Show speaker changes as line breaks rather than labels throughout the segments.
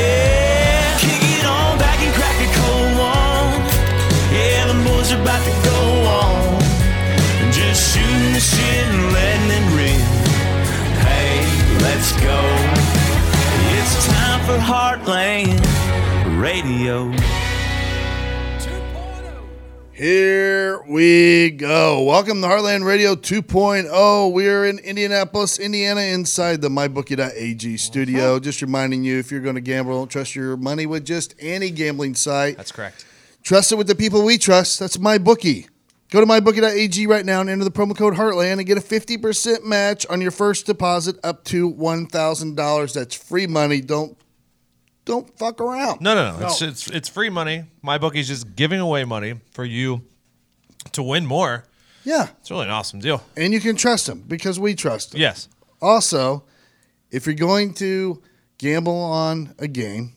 Yeah, kick it on back and crack a cold one. Yeah, the boys are about to go on. Just shooting the shit and letting it rip. Hey, let's go. It's time for Heartland Radio.
Here we go. Welcome to Heartland Radio 2.0. We are in Indianapolis, Indiana, inside the MyBookie.ag
Uh-huh.
studio. Just reminding you if you're going to gamble, don't trust your money with just any gambling site.
That's correct.
Trust it with the people we trust. That's my bookie. Go to mybookie.ag right now and enter the promo code Heartland and get a 50% match on your first deposit up to $1,000. That's free money. Don't don't fuck around.
No, no, no. It's, it's it's free money. My bookie's just giving away money for you to win more.
Yeah.
It's really an awesome deal.
And you can trust them because we trust them.
Yes.
Also, if you're going to gamble on a game,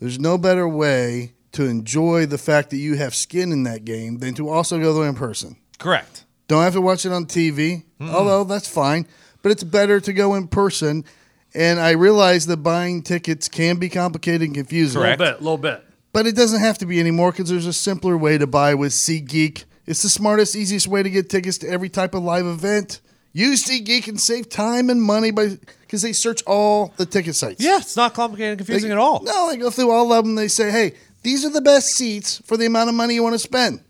there's no better way to enjoy the fact that you have skin in that game than to also go there in person.
Correct.
Don't have to watch it on TV, although that's fine, but it's better to go in person. And I realize that buying tickets can be complicated and confusing,
Correct.
little bit, little bit.
but it doesn't have to be anymore because there's a simpler way to buy with SeatGeek. It's the smartest, easiest way to get tickets to every type of live event. Use SeatGeek and save time and money by because they search all the ticket sites.
Yeah, it's not complicated and confusing
They-
at all.
No, they go through all of them. They say, hey, these are the best seats for the amount of money you want to spend.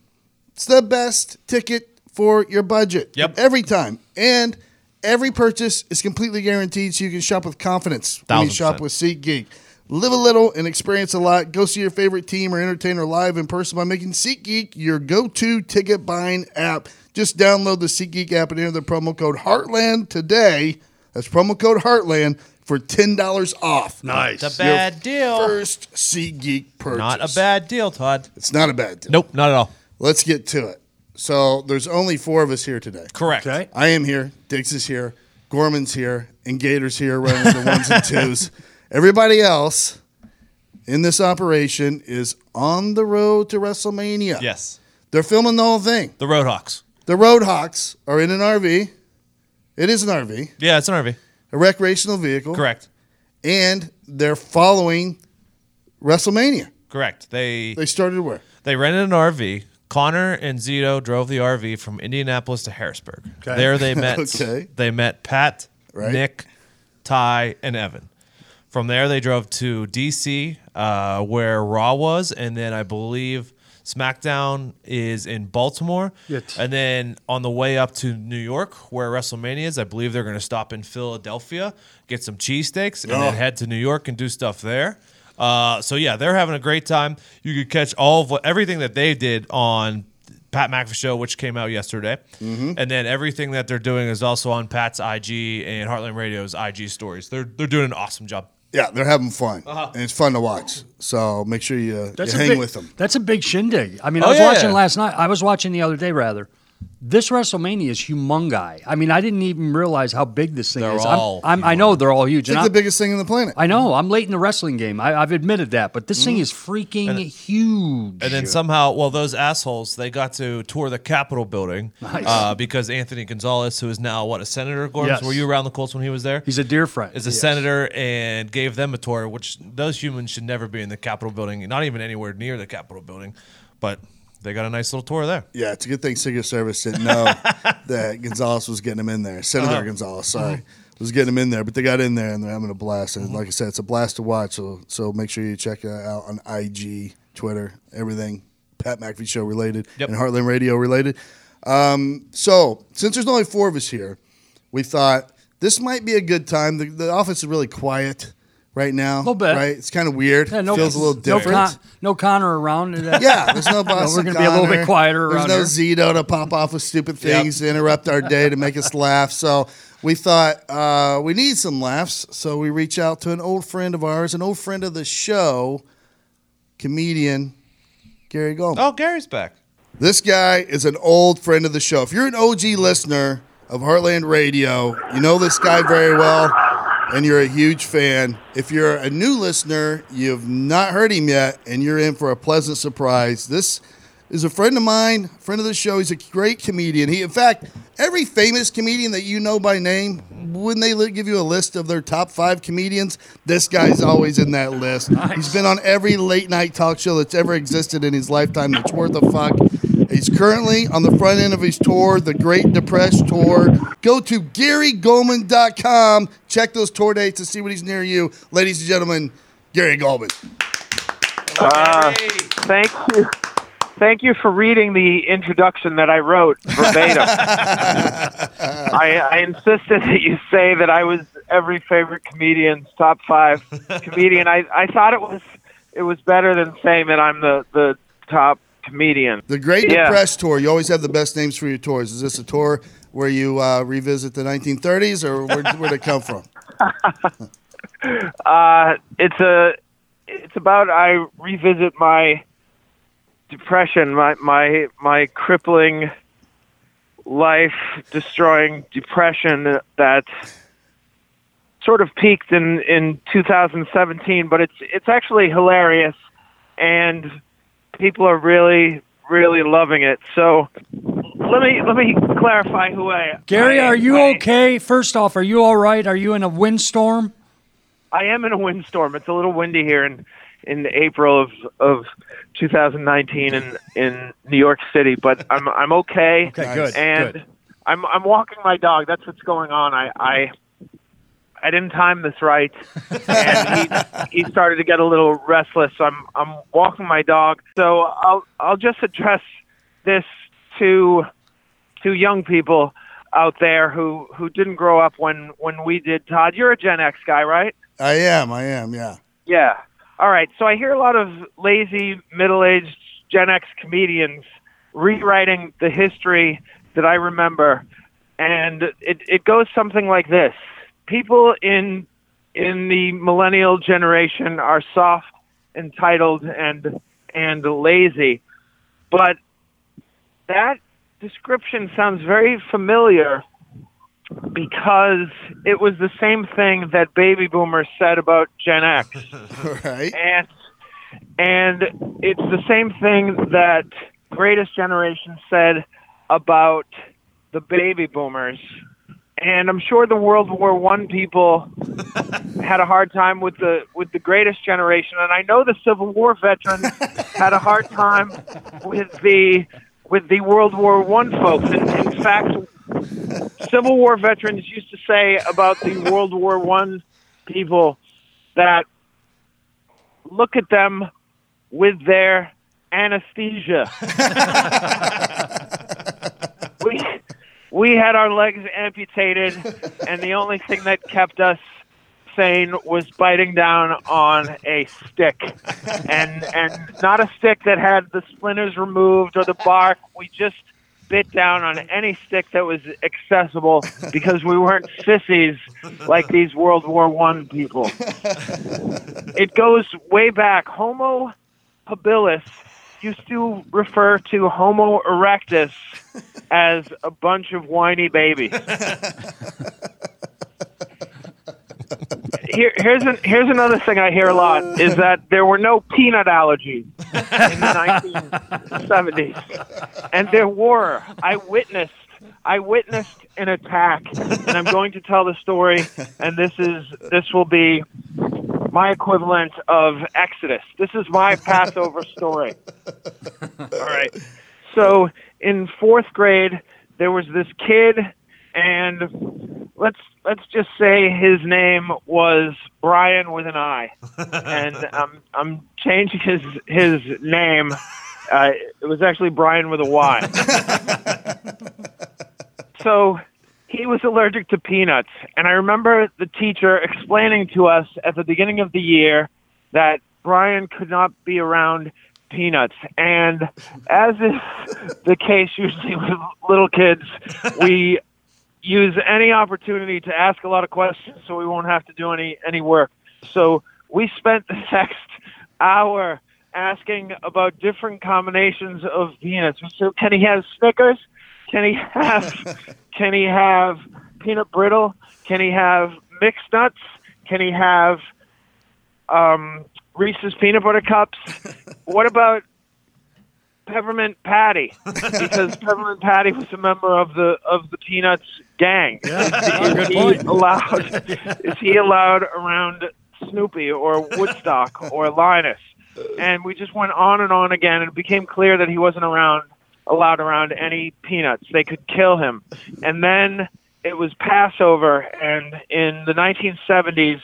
It's the best ticket for your budget.
Yep.
Every time. And every purchase is completely guaranteed so you can shop with confidence when you
Thousand
shop
percent.
with SeatGeek. Live a little and experience a lot. Go see your favorite team or entertainer live in person by making SeatGeek your go to ticket buying app. Just download the SeatGeek app and enter the promo code Heartland today. That's promo code Heartland for $10 off
Nice.
It's a bad deal.
first SeatGeek purchase.
Not a bad deal, Todd.
It's not a bad deal.
Nope, not at all.
Let's get to it. So there's only four of us here today.
Correct.
Okay.
I am here. Diggs is here. Gorman's here, and Gator's here running the ones and twos. Everybody else in this operation is on the road to WrestleMania.
Yes.
they're filming the whole thing.
The Roadhawks.
The Roadhawks are in an RV. It is an RV,
Yeah, it's an RV.
a recreational vehicle.
Correct.
And they're following WrestleMania.
Correct. They
They started where?
they rented an RV. Connor and Zito drove the RV from Indianapolis to Harrisburg.
Okay.
There they met.
Okay.
They met Pat,
Right.
Nick, Ty, and Evan. From there, they drove to DC, uh, where Raw was, and then I believe SmackDown is in Baltimore.
Yes.
And then on the way up to New York, where WrestleMania is, I believe they're going to stop in Philadelphia, get some cheesesteaks, and then head to New York and do stuff there. Uh, so yeah, they're having a great time. You could catch all of what, everything that they did on Pat McAfee show, which came out yesterday, and then everything that they're doing is also on Pat's IG and Heartland Radio's IG stories. They're they're doing an awesome job.
Yeah, they're having fun, and it's fun to watch. So make sure you, uh, you
That's a
hang
big,
with them.
That's a big shindig. I mean,
Oh,
I was
yeah.
watching last night. I was watching the other day, rather. This WrestleMania is humongi. I mean, I didn't even realize how big this thing
They're
is.
all
I'm, I'm, I know they're all huge.
It's
and
the
I-
biggest thing on the planet.
I know. I'm late in the wrestling game. I, I've admitted that, but this thing
Mm-hmm.
is freaking huge.
And then somehow, well, those assholes they got to tour the Capitol building
Nice.
uh, because Anthony Gonzalez, who is now what a senator, Gordon,
Yes.
were you around the Colts when he was there?
He's a dear friend.
is a senator and gave them a tour, which those humans should never be in the Capitol building, not even anywhere near the Capitol building. But they got a nice little tour there.
Yeah, it's a good thing Secret Service didn't know that Gonzalez was getting him in there.
Uh-huh.
Senator Gonzalez, sorry, was getting him in there, but they got in there and they're having a blast.
Uh-huh.
And like I said, it's a blast to watch. So so make sure you check it out on IG, Twitter, everything Pat McAfee show related
Yep.
and Heartland Radio related. Um, so since there's only four of us here, we thought this might be a good time. The, the office is really quiet right now. A
Little bit.
right? It's kind of weird.
Yeah, no,
feels a little
no
different.
Con- no Connor around.
Yeah, there's no boss.
we're gonna be a little bit quieter
There's
around
no
here.
Zito to pop off with stupid things to interrupt our day to make us laugh. So we thought uh, we need some laughs. So we reach out to an old friend of ours, an old friend of the show, comedian Gary Goldman.
Oh, Gary's back.
This guy is an old friend of the show. If you're an OG listener of Heartland Radio, you know this guy very well. And you're a huge fan. If you're a new listener, you've not heard him yet, and you're in for a pleasant surprise. This is a friend of mine, friend of the show. He's a great comedian. He, in fact, every famous comedian that you know by name, when they li- give you a list of their top five comedians, this guy's always in that list. He's been on every late night talk show that's ever existed in his lifetime. That's worth a fuck. He's currently on the front end of his tour, the Great Depressed Tour. Go to GaryGoldman.com. Check those tour dates to see when he's near you. Ladies and gentlemen, Gary Goldman.
Uh, thank you. Thank you for reading the introduction that I wrote verbatim. I, I insisted that you say that I was every favorite comedian's top five comedian. I, I thought it was it was better than saying that I'm the, the top comedian.
The Great
Yeah.
Depressed Tour. You always have the best names for your tours. Is this a tour where you uh, revisit the 1930s or where, where'd it come from?
Uh, it's a it's about I revisit my depression, my my my crippling life destroying depression that sort of peaked in in 2017, but it's it's actually hilarious and people are really really loving it. So let me let me clarify who I am.
Gary,
I-
are you
I-
okay? First off, are you all right? Are you in a windstorm?
I am in a windstorm. It's a little windy here in in April of of 2019 in in New York City, but I'm I'm okay.
Okay, good,
And
good.
I'm I'm walking my dog. That's what's going on. I I I didn't time this right, and he, he started to get a little restless. So I'm I'm walking my dog. So I'll I'll just address this to to young people out there who who didn't grow up when when we did. Todd, you're a Gen X guy, right?
I am. I am. Yeah.
Yeah. All right. So I hear a lot of lazy middle-aged Gen X comedians rewriting the history that I remember, and it it goes something like this: People in in the millennial generation are soft, entitled, and and lazy, but that description sounds very familiar because it was the same thing that baby boomers said about Gen X
All right.
and and it's the same thing that greatest generation said about the baby boomers and i'm sure the world war one people had a hard time with the with the greatest generation and i know the civil war veterans had a hard time with the with the world war one folks and in fact civil war veterans used to say about the world war one people that look at them with their anesthesia. we, we had our legs amputated, and the only thing that kept us sane was biting down on a stick, and and not a stick that had the splinters removed or the bark. We just bit down on any stick that was accessible because we weren't sissies like these World War One people it goes way back. Homo habilis used to refer to Homo erectus as a bunch of whiny babies. Here, here's an, here's another thing I hear a lot is that there were no peanut allergies in the 1970s, and there were. I witnessed. I witnessed an attack, and I'm going to tell the story. And this is this will be my equivalent of Exodus. This is my Passover story. All right. So in fourth grade, there was this kid, and let's let's just say his name was Brian with an I, and I'm I'm changing his his name. Uh, it was actually Brian with a Y. so he was allergic to peanuts. And I remember the teacher explaining to us at the beginning of the year that Brian could not be around peanuts. And as is the case usually with little kids, we use any opportunity to ask a lot of questions so we won't have to do any, any work. So we spent the next hour asking about different combinations of peanuts. So can he have Snickers? Can he have can he have peanut brittle? Can he have mixed nuts? Can he have um, Reese's peanut butter cups? what about Peppermint Patty because Peppermint Patty was a member of the of the Peanuts gang. is he allowed? Is he allowed around Snoopy or Woodstock or Linus? And we just went on and on again, and it became clear that he wasn't around allowed around any peanuts. They could kill him. And then it was Passover, and in the 1970s,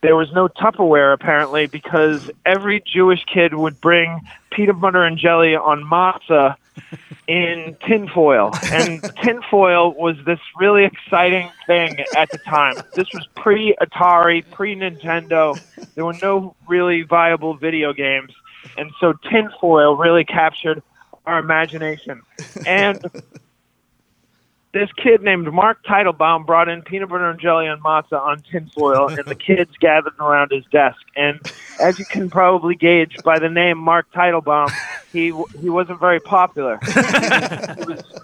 there was no Tupperware apparently because every Jewish kid would bring peanut butter and jelly on matzah in tinfoil. And tinfoil was this really exciting thing at the time. This was pre Atari, pre Nintendo. There were no really viable video games. And so tinfoil really captured our imagination. And this kid named Mark Teitelbaum brought in peanut butter and jelly and matzah on tinfoil, and the kids gathered around his desk. And as you can probably gauge by the name Mark Teitelbaum, he w- he wasn't very popular. he, was,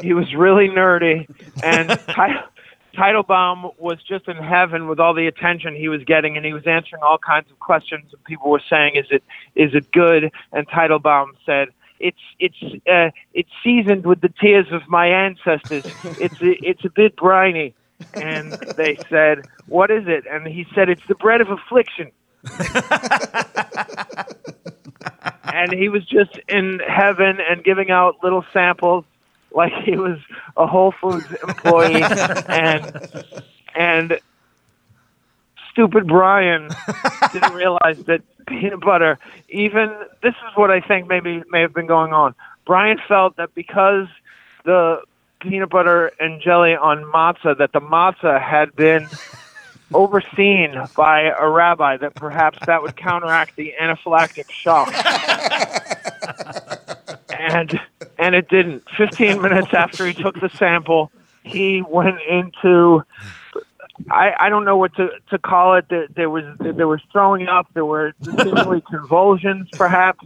he was really nerdy, and Te- Teitelbaum was just in heaven with all the attention he was getting, and he was answering all kinds of questions. And people were saying, "Is it is it good?" And Teitelbaum said, it's it's uh, it's seasoned with the tears of my ancestors. It's a, it's a bit briny. And they said, "What is it?" And he said, "It's the bread of affliction." and he was just in heaven and giving out little samples like he was a Whole Foods employee and and stupid Brian didn't realize that peanut butter even this is what I think maybe may have been going on. Brian felt that because the peanut butter and jelly on matzah that the matzah had been overseen by a rabbi that perhaps that would counteract the anaphylactic shock and and it didn't 15 minutes after he took the sample he went into I, I don't know what to, to call it. There, there was there was throwing up. There were seemingly convulsions, perhaps.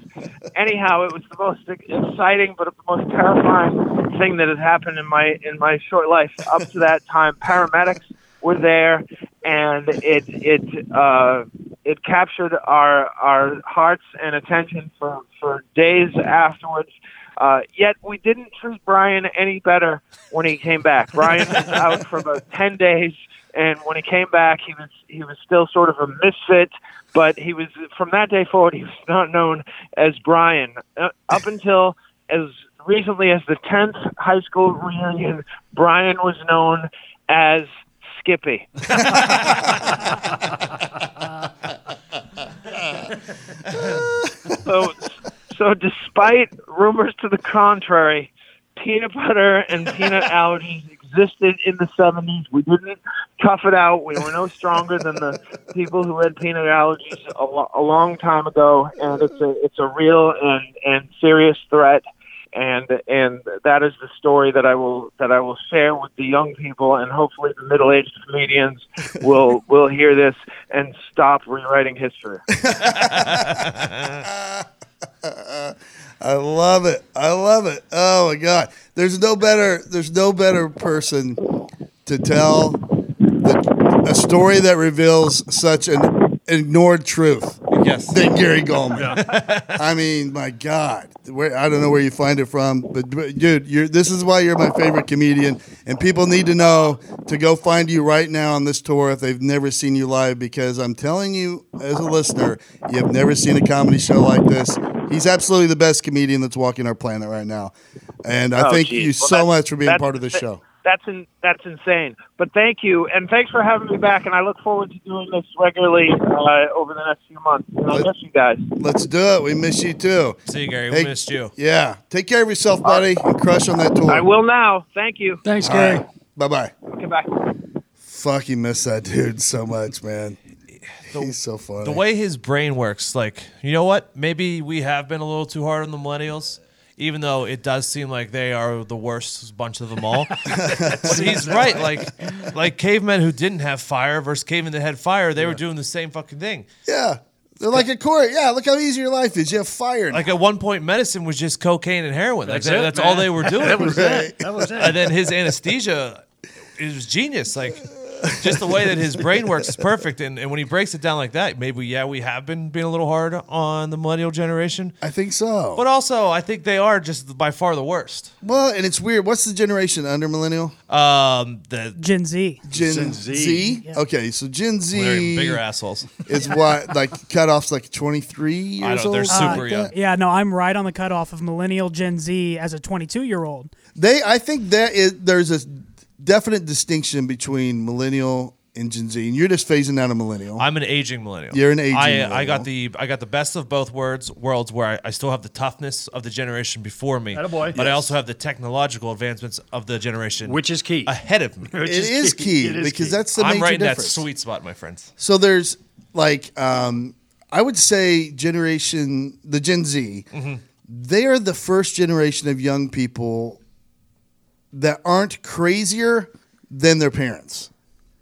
Anyhow, it was the most exciting, but the most terrifying thing that had happened in my in my short life up to that time. Paramedics were there, and it it uh, it captured our our hearts and attention for for days afterwards. Uh, yet we didn't treat Brian any better when he came back. Brian was out for about ten days, and when he came back, he was he was still sort of a misfit. But he was from that day forward, he was not known as Brian uh, up until as recently as the tenth high school reunion. Brian was known as Skippy. so, so despite rumors to the contrary, peanut butter and peanut allergies existed in the 70s. We didn't tough it out. We were no stronger than the people who had peanut allergies a, lo- a long time ago, and it's a it's a real and and serious threat. And and that is the story that I will that I will share with the young people, and hopefully the middle-aged comedians will will hear this and stop rewriting history.
I love it. I love it. Oh my god. There's no better there's no better person to tell the, a story that reveals such an ignored truth
Yes.
than Gary Goldman. I mean, my god. Where I don't know where you find it from, but but dude, you're this is why you're my favorite comedian and people need to know to go find you right now on this tour if they've never seen you live because I'm telling you as a listener, you've never seen a comedy show like this. He's absolutely the best comedian that's walking our planet right now. And I
Oh,
thank
geez.
you so
Well, that's-
much for being
that's-
part of this show.
That's in, that's insane. But thank you, and thanks for having me back. And I look forward to doing this regularly uh, over the next few months. And I miss you guys.
Let's do it. We miss you too.
See you, Gary.
Hey.
We missed you.
Yeah. Take care of yourself, buddy, and crush on that tour.
I will now. Thank you.
Thanks,
All
Gary.
right. Bye bye.
Okay, bye.
Fucking miss that dude so much, man. He's so funny.
The way his brain works, like, you know what? Maybe we have been a little too hard on the millennials, even though it does seem like they are the worst bunch of them all. but he's right. Like, like cavemen who didn't have fire versus cavemen that had fire, they were doing the same fucking thing.
yeah. They're like a court. Yeah, look how easy your life is. You have fire. now.
Like at one point, medicine was just cocaine and heroin. Like
That's
that's,
it,
that's
man.
all they were doing.
That was
Right.
it. That was it.
and then his anesthesia is genius. Like just the way that his brain works is perfect. And, and when he breaks it down like that, maybe yeah, we have been being a little hard on the millennial generation,
I think so.
but also I think they are just by far the worst.
well, and it's weird. What's the generation under millennial?
Um, the
Gen Z.
Gen,
Gen
Z.
Z.
Okay, so Gen
they're even
Z
bigger assholes.
is what like cutoffs like twenty three years
I know,
old.
they're
something
super
like
young.
that?
Yeah, no, I'm right on the cutoff of millennial Gen Z as a 22 year old.
They, I think that is there's a definite distinction between millennial and Gen Z, and you're just phasing out a millennial.
I'm an aging millennial.
You're an aging
I, I
millennial.
got the I got the best of both worlds worlds where I, I still have the toughness of the generation before me,
Attaboy.
but I also have the technological advancements of the generation
Which is key.
ahead of me.
it
Which
is key,
It is
because
key.
that's the
I'm
major
right in that
difference.
sweet spot, my friends.
So there's like um, I would say generation the Gen Z. They are the first generation of young people that aren't crazier than their parents.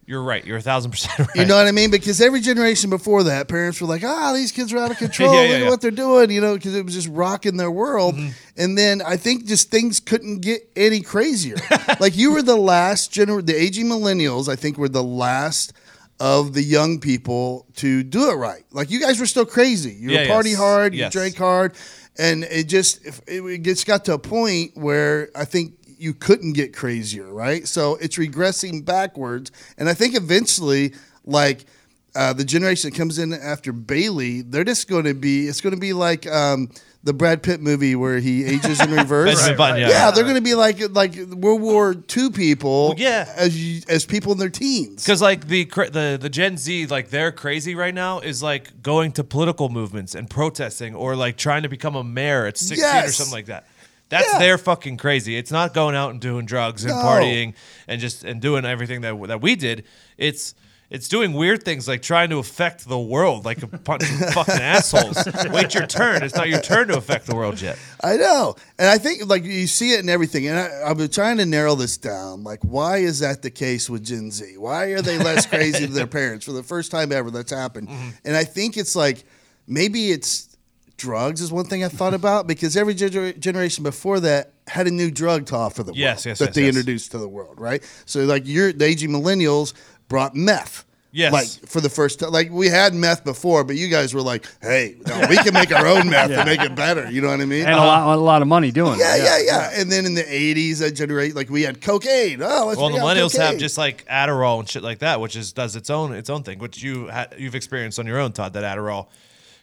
You're right. You're a thousand percent right.
You know what I mean? Because every generation before that, parents were like, "Ah, these kids are out of control.
Yeah, yeah,
Look at
yeah. Mm-hmm.
what they're doing." You know, because it was just rocking their world. And then I think just things couldn't get any crazier. like you were the last gener, the aging millennials. I think were the last of the young people to do it right. Like you guys were still crazy. You
Yeah,
were party
yes,
hard.
yes.
You drank hard, and it just if- it, it just got to a point where I think. You couldn't get crazier, right? So it's regressing backwards, and I think eventually, like uh, the generation that comes in after Bailey, they're just going to be. It's going to be like um, the Brad Pitt movie where he ages in reverse.
Benjamin Button,
yeah.
yeah.
they're going to be like like World War II people.
yeah.
as you, as people in their teens.
Because like the cra- the the Gen Z, like they're crazy right now is like going to political movements and protesting or like trying to become a mayor at 16 or
Yes.
something like that. That's
Yeah.
their fucking crazy. It's not going out and doing drugs and
No.
partying and just and doing everything that that we did. It's it's doing weird things like trying to affect the world like a bunch of fucking assholes. Wait your turn. It's not your turn to affect the world yet.
I know, and I think like you see it in everything. And I, I've been trying to narrow this down. Like, why is that the case with Gen Z? Why are they less crazy than their parents? For the first time ever, that's happened.
Mm-hmm.
And I think it's like maybe it's drugs is one thing I thought about because every gener- generation before that had a new drug to offer the
Yes,
world
yes,
that
yes,
they
yes.
introduced to the world, right? So like your the aging millennials brought meth.
Yes.
Like for the first time. Like we had meth before, but you guys were like, "Hey, no, we can make our own meth and make it better." You know what I mean?
and a lot, a lot of money doing
Uh-huh. Yeah,
it.
yeah, yeah. And then in the eighties, that generate like we had cocaine. Oh, let's
Well, the
bring out
millennials have
cocaine.
just like Adderall and shit like that, which is does its own its own thing, which you ha- you've experienced on your own, Todd. That Adderall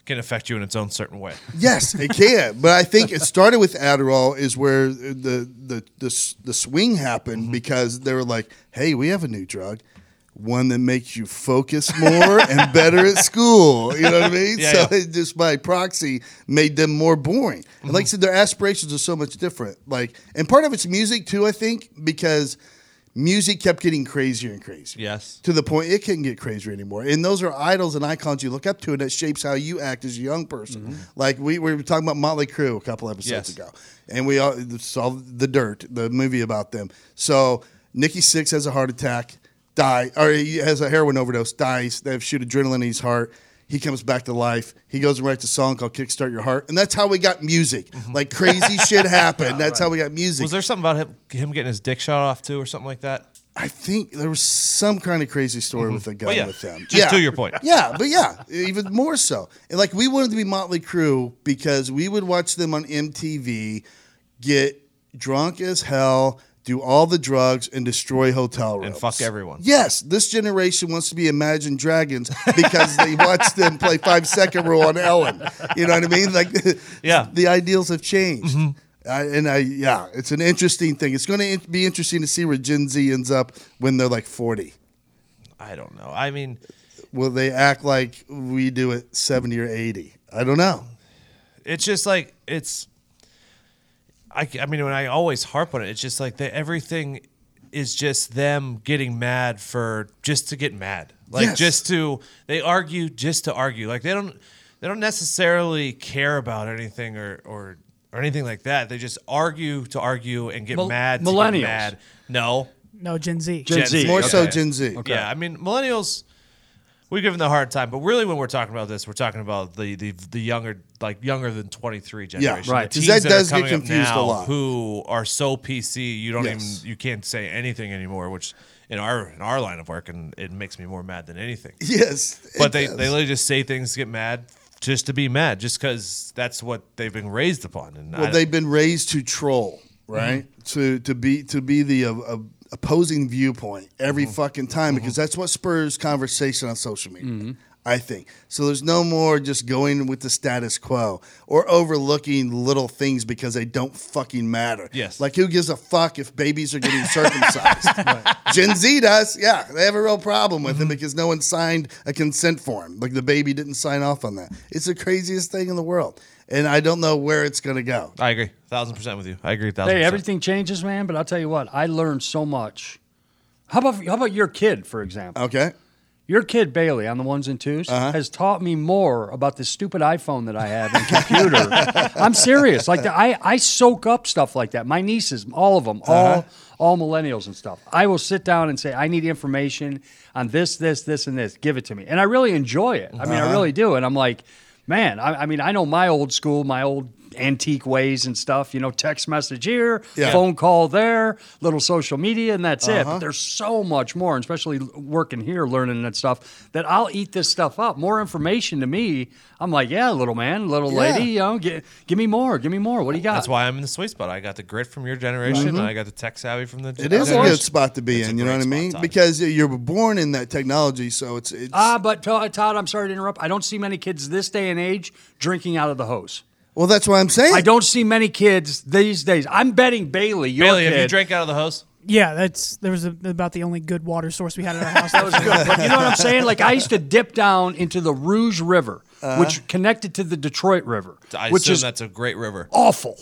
can affect you in its own certain way.
yes, it can. but I think it started with Adderall is where the the the, s- the swing happened
Mm-hmm.
because they were like, hey, we have a new drug. One that makes you focus more and better at school. You know what I mean?
Yeah,
so
yeah.
it just by proxy made them more boring. And
Mm-hmm.
like I said, their aspirations are so much different. Like, and part of it's music too, I think, because music kept getting crazier and crazier.
Yes.
to the point it couldn't get crazier anymore. And those are idols and icons you look up to, and that shapes how you act as a young person. Like we, we were talking about Motley Crue a couple episodes
Mm-hmm. Yes.
ago, and we all saw the Dirt, the movie about them. So Nikki Six has a heart attack, die, or he has a heroin overdose, dies. They shoot adrenaline in his heart. He comes back to life. He goes and writes a song called "Kickstart Your Heart," and that's how we got music. Like crazy shit happened. That's how we got music.
Mm-hmm. Was there something about him, him getting his dick shot off too, or something like that?
I think there was some kind of crazy story with a gun
Mm-hmm. Well, yeah.
with them.
Just to your point.
Yeah, but yeah, even more so. And like we wanted to be Motley Crue because we would watch them on MTV get drunk as hell, do all the drugs, and destroy hotel rooms
And fuck everyone.
Yes, this generation wants to be Imagine Dragons because they watched them play Five Second Rule on Ellen. You know what I mean? Like,
Yeah. Mm-hmm.
the ideals have changed. I, and I, yeah, it's an interesting thing. It's going to be interesting to see where Gen Z ends up when they're like forty.
I don't know. I mean,
Will they act like we do at seventy or eighty? I don't know.
it's just like it's. I, c- I mean, when I always harp on it, it's just like the, everything is just them getting mad for just to get mad, like
Yes.
just to they argue just to argue. Like they don't they don't necessarily care about anything or or or anything like that. They just argue to argue and get
Mil-
mad. to get
millennials.
mad. No,
No, Gen Z.
Gen,
Gen
Z.
Z,
More so
okay.
Gen Z.
Yeah, I mean millennials. We give them the hard time, but really, when we're talking about this, we're talking about the the, the younger, like younger than twenty three generation.
right.
The
'Cause
teens
that
are
does get
coming up
confused a
now
lot.
Who are so PC, you don't
Yes.
even you can't say anything anymore, which in our in our line of work, and it makes me more mad than anything.
Yes. it
But they,
does.
they literally just say things, get mad just to be mad, just because that's what they've been raised upon. And I-
well, they've been raised to troll, right? To to be to be the uh, uh, opposing viewpoint every fucking time because that's what spurs conversation on social media. I think so. There's no more just going with the status quo or overlooking little things because they don't fucking matter.
Yes.
like who gives a fuck if babies are getting circumcised? Gen Z does. Yeah, they have a real problem with
Mm-hmm.
him because no one signed a consent form. Like the baby didn't sign off on that. It's the craziest thing in the world, and I don't know where it's gonna go.
I agree, thousand percent with you. I agree, thousand.
Hey,
percent.
everything changes, man. But I'll tell you what, I learned so much. How about how about your kid, for example?
Okay.
Your kid Bailey on the ones and 2s has taught me more about this stupid iPhone that I have and computer. I'm serious. Like the, I, I soak up stuff like that. My nieces, all of them, all all millennials and stuff. I will sit down and say, I need information on this, this, this, and this. Give it to me, and I really enjoy it. I mean, I really do. And I'm like, man. I, I mean, I know my old school, my old antique ways and stuff. You know, text message here,
Yeah.
phone call there, little social media, and that's it.
Uh-huh.
But there's so much more, and especially working here, learning that stuff, that I'll eat this stuff up. More information to me, I'm like, yeah, little man, little lady, you know, gi- give me more, give me more. What do you got?
That's why I'm in the sweet spot. I got the grit from your generation, and I got the tech savvy from the.
Mm-hmm. It is a
course.
good spot to be
It's a
in. You know
great
what I mean?
spot, Todd.
Because you're born in that technology, so it's it's.
Ah, but Todd, Todd, I'm sorry to interrupt. I don't see many kids this day and age drinking out of the hose.
well, that's what I'm saying.
I don't see many kids these days. I'm betting Bailey, your
Bailey,
kid,
have you drank out of the hose?
Yeah, that's there was a, about the only good water source we had at our house.
That was good. But you know what I'm saying? Like I used to dip down into the Rouge River,
Uh-huh.
which connected to the Detroit River,
I
which
assume
is Oh,
that's a great river.
awful.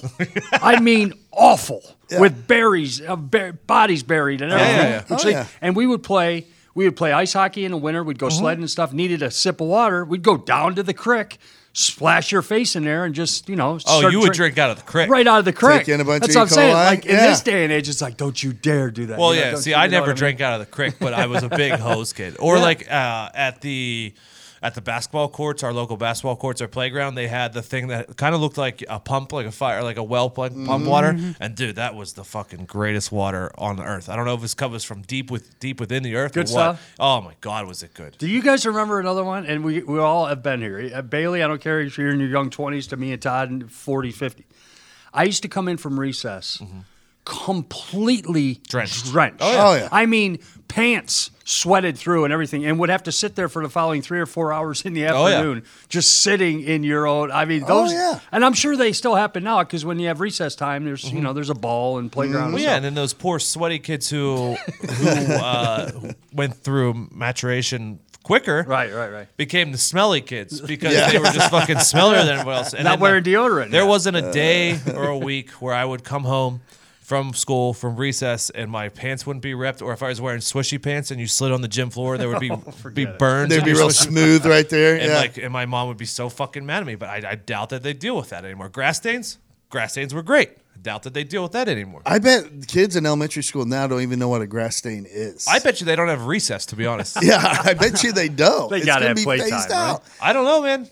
I mean, awful with berries, uh, ber- bodies buried, and everything.
yeah.
Which
Oh,
they-
yeah. Mm-hmm.
And we would play. We would play ice hockey in the winter. We'd go sledding and stuff. Needed a sip of water. We'd go down to the creek, splash your face in there, and just you know.
Oh,
start
you would
drink-
drink out of the creek.
right out of the creek.
in a bunch
That's
of
what I'm saying.
E. coli.
Like in
Yeah.
this day and age, it's like, don't you dare do that.
Well,
You know,
yeah.
don't
See,
you-
I
you know
never
what mean?
drank out of the creek, but I was a big hose kid. Or like uh, at the at the basketball courts, our local basketball courts, our playground, they had the thing that kind of looked like a pump, like a fire, like a well pump,
Mm-hmm.
pump water. And dude, that was the fucking greatest water on the earth. I don't know if this covers from deep with deep within the earth. or what.
Good stuff.
Oh my god, was it good?
Do you guys remember another one? And we, we all have been here. Uh, Bailey, I don't care if you're in your young 20s to me and Todd in 40, 50. I used to come in from recess completely
Drenched.
Oh, yeah. Oh, yeah.
I mean, pants sweated through and everything, and would have to sit there for the following three or four hours in the
Oh, yeah.
afternoon, just sitting in your own. I mean, those.
yeah.
And I'm sure they still happen now because when you have recess time, there's you know there's a ball and playground.
Mm-hmm. Well,
and
yeah,
stuff.
and then those poor sweaty kids who who uh, who went through maturation quicker,
Right, right, right.
became the smelly kids because they were just fucking smellier than everyone else. And then,
Not wearing
like,
deodorant. Uh.
There
yet.
wasn't a day or a week where I would come home from school from recess and my pants wouldn't be ripped, or if I was wearing swishy pants and you slid on the gym floor, there would
Oh,
be be burns.
They'd
in
be
your
real
swishy-
smooth right there.
and
yeah.
like, and my mom would be so fucking mad at me. But I, I doubt that they deal with that anymore. Grass stains, grass stains were great. I doubt that they deal with that anymore.
I bet kids in elementary school now don't even know what a grass stain is.
I bet you they don't have recess, to be honest.
Yeah, I bet you they don't.
They
It's
gotta
gonna
have
be
play
phased
time,
out.
I don't know, man.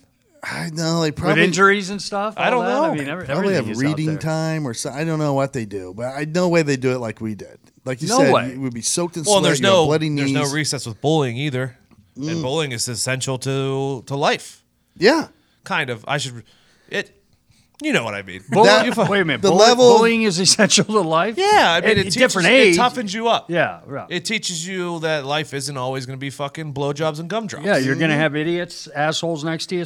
I know they
with
probably
injuries and stuff.
I
all
don't
that?
know.
I mean, every,
probably
everything
have
is out there.
reading time or so. I don't know what they do, but I no way they do it like we did. Like you
No
said,
way.
you would be soaked in
Well,
sweat.
there's
you have
no
bloody
there's
knees.
no recess with bullying either,
Mm.
and bullying is essential to to life.
yeah,
Kind of. I should it. You know what I mean?
Bully,
That-
you fu- wait a minute.
the
bully-
level-
bullying is essential to life.
yeah, I mean, it
At a
teaches,
different
it
age.
toughens you up.
Yeah, right.
It teaches you that life isn't always going to be fucking blowjobs and gumdrops.
yeah, you're gonna have idiots, assholes next to you.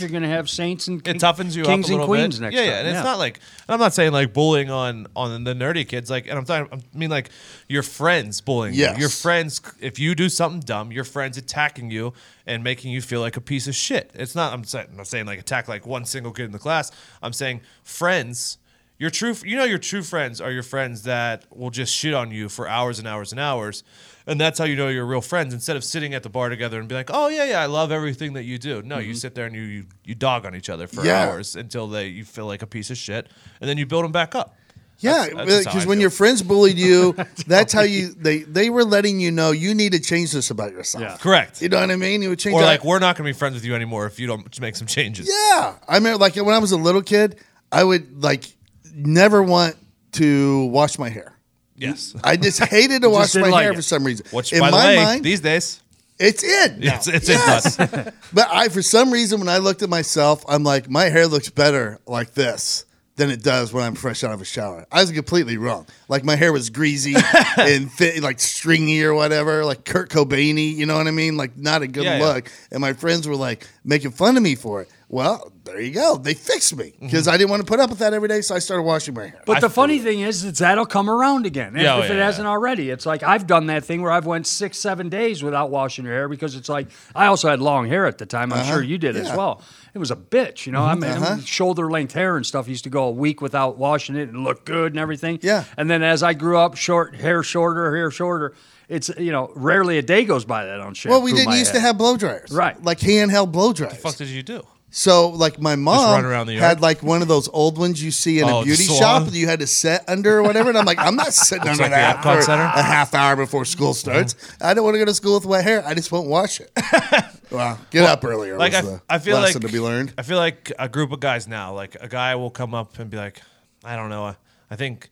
Correct.
you're gonna have saints and
it
king-
toughens you
kings
up a little
and queens
bit.
next
yeah,
time.
yeah, and it's not like and I'm not saying like bullying on on the nerdy kids. Like, and I'm talking, I mean like your friends bullying
Yes.
you. Your friends, if you do something dumb, your friends attacking you and making you feel like a piece of shit. It's not. I'm saying I'm not saying like attack like one single kid in the class. I'm saying friends. Your true, you know, your true friends are your friends that will just shit on you for hours and hours and hours, and that's how you know you're real friends. Instead of sitting at the bar together and be like, "Oh yeah, yeah, I love everything that you do." No, you sit there and you, you you dog on each other for
Mm-hmm. Yeah.
hours until they you feel like a piece of shit, and then you build them back up.
yeah.
That's- that's how
Because
I
when
feel.
your friends bullied you, that's how you they they were letting you know you need to change this about yourself.
Yeah.
Correct.
You know what I mean? You would change
Or
that.
like, we're not going to be friends with you anymore if you don't make some changes.
Yeah, I remember like when I was a little kid, I would like never want to wash my hair.
Yes.
I just hated to wash
didn't
my
like
hair
it.
for some reason.
Which,
in
by the
my
way,
mind,
these days,
it's in. now.
it's, it's
yes.
in bud.
but I, for some reason, when I looked at myself, I'm like, my hair looks better like this than it does when I'm fresh out of a shower. I was completely wrong. Like my hair was greasy and thin, like stringy or whatever, like Kurt Cobainy. You know what I mean? Like not a good
Yeah, yeah.
look. And my friends were like making fun of me for it. Well, there you go. They fixed me
Mm-hmm.
because I didn't want to put up with that every day, so I started washing my hair.
But the funny thing is, is that'll come around again. If,
Yeah, oh,
if it
yeah,
hasn't already, it's like I've done that thing where I've went six, seven days without washing your hair because it's like I also had long hair at the time. I'm
Uh-huh.
sure you did as well. It was a bitch, you know. I
Mm-hmm,
mean, shoulder length hair and stuff used to go a week without washing it and look good and everything.
Yeah.
And then as I grew up, short hair, shorter hair, shorter. It's you know, rarely a day goes by that I don't shave.
well, we
through
didn't
my
used
head.
to have blow dryers,
Right.
Like handheld blow dryers.
fuck did you do?
So like my mom
run around the yard?
had like one of those old ones you see in
Oh,
a
the
beauty
salon?
shop that you had to sit under or whatever. And I'm like, I'm not sitting under
like the
that
Epcot
for
Center? Uh-huh.
a half hour before school starts. I don't want to go to school with wet hair. I just won't wash it. wow, get up earlier.
like
was
I,
the
I feel
lesson
like
to be learned.
I feel like a group of guys now, like a guy will come up and be like, I don't know, I, I think,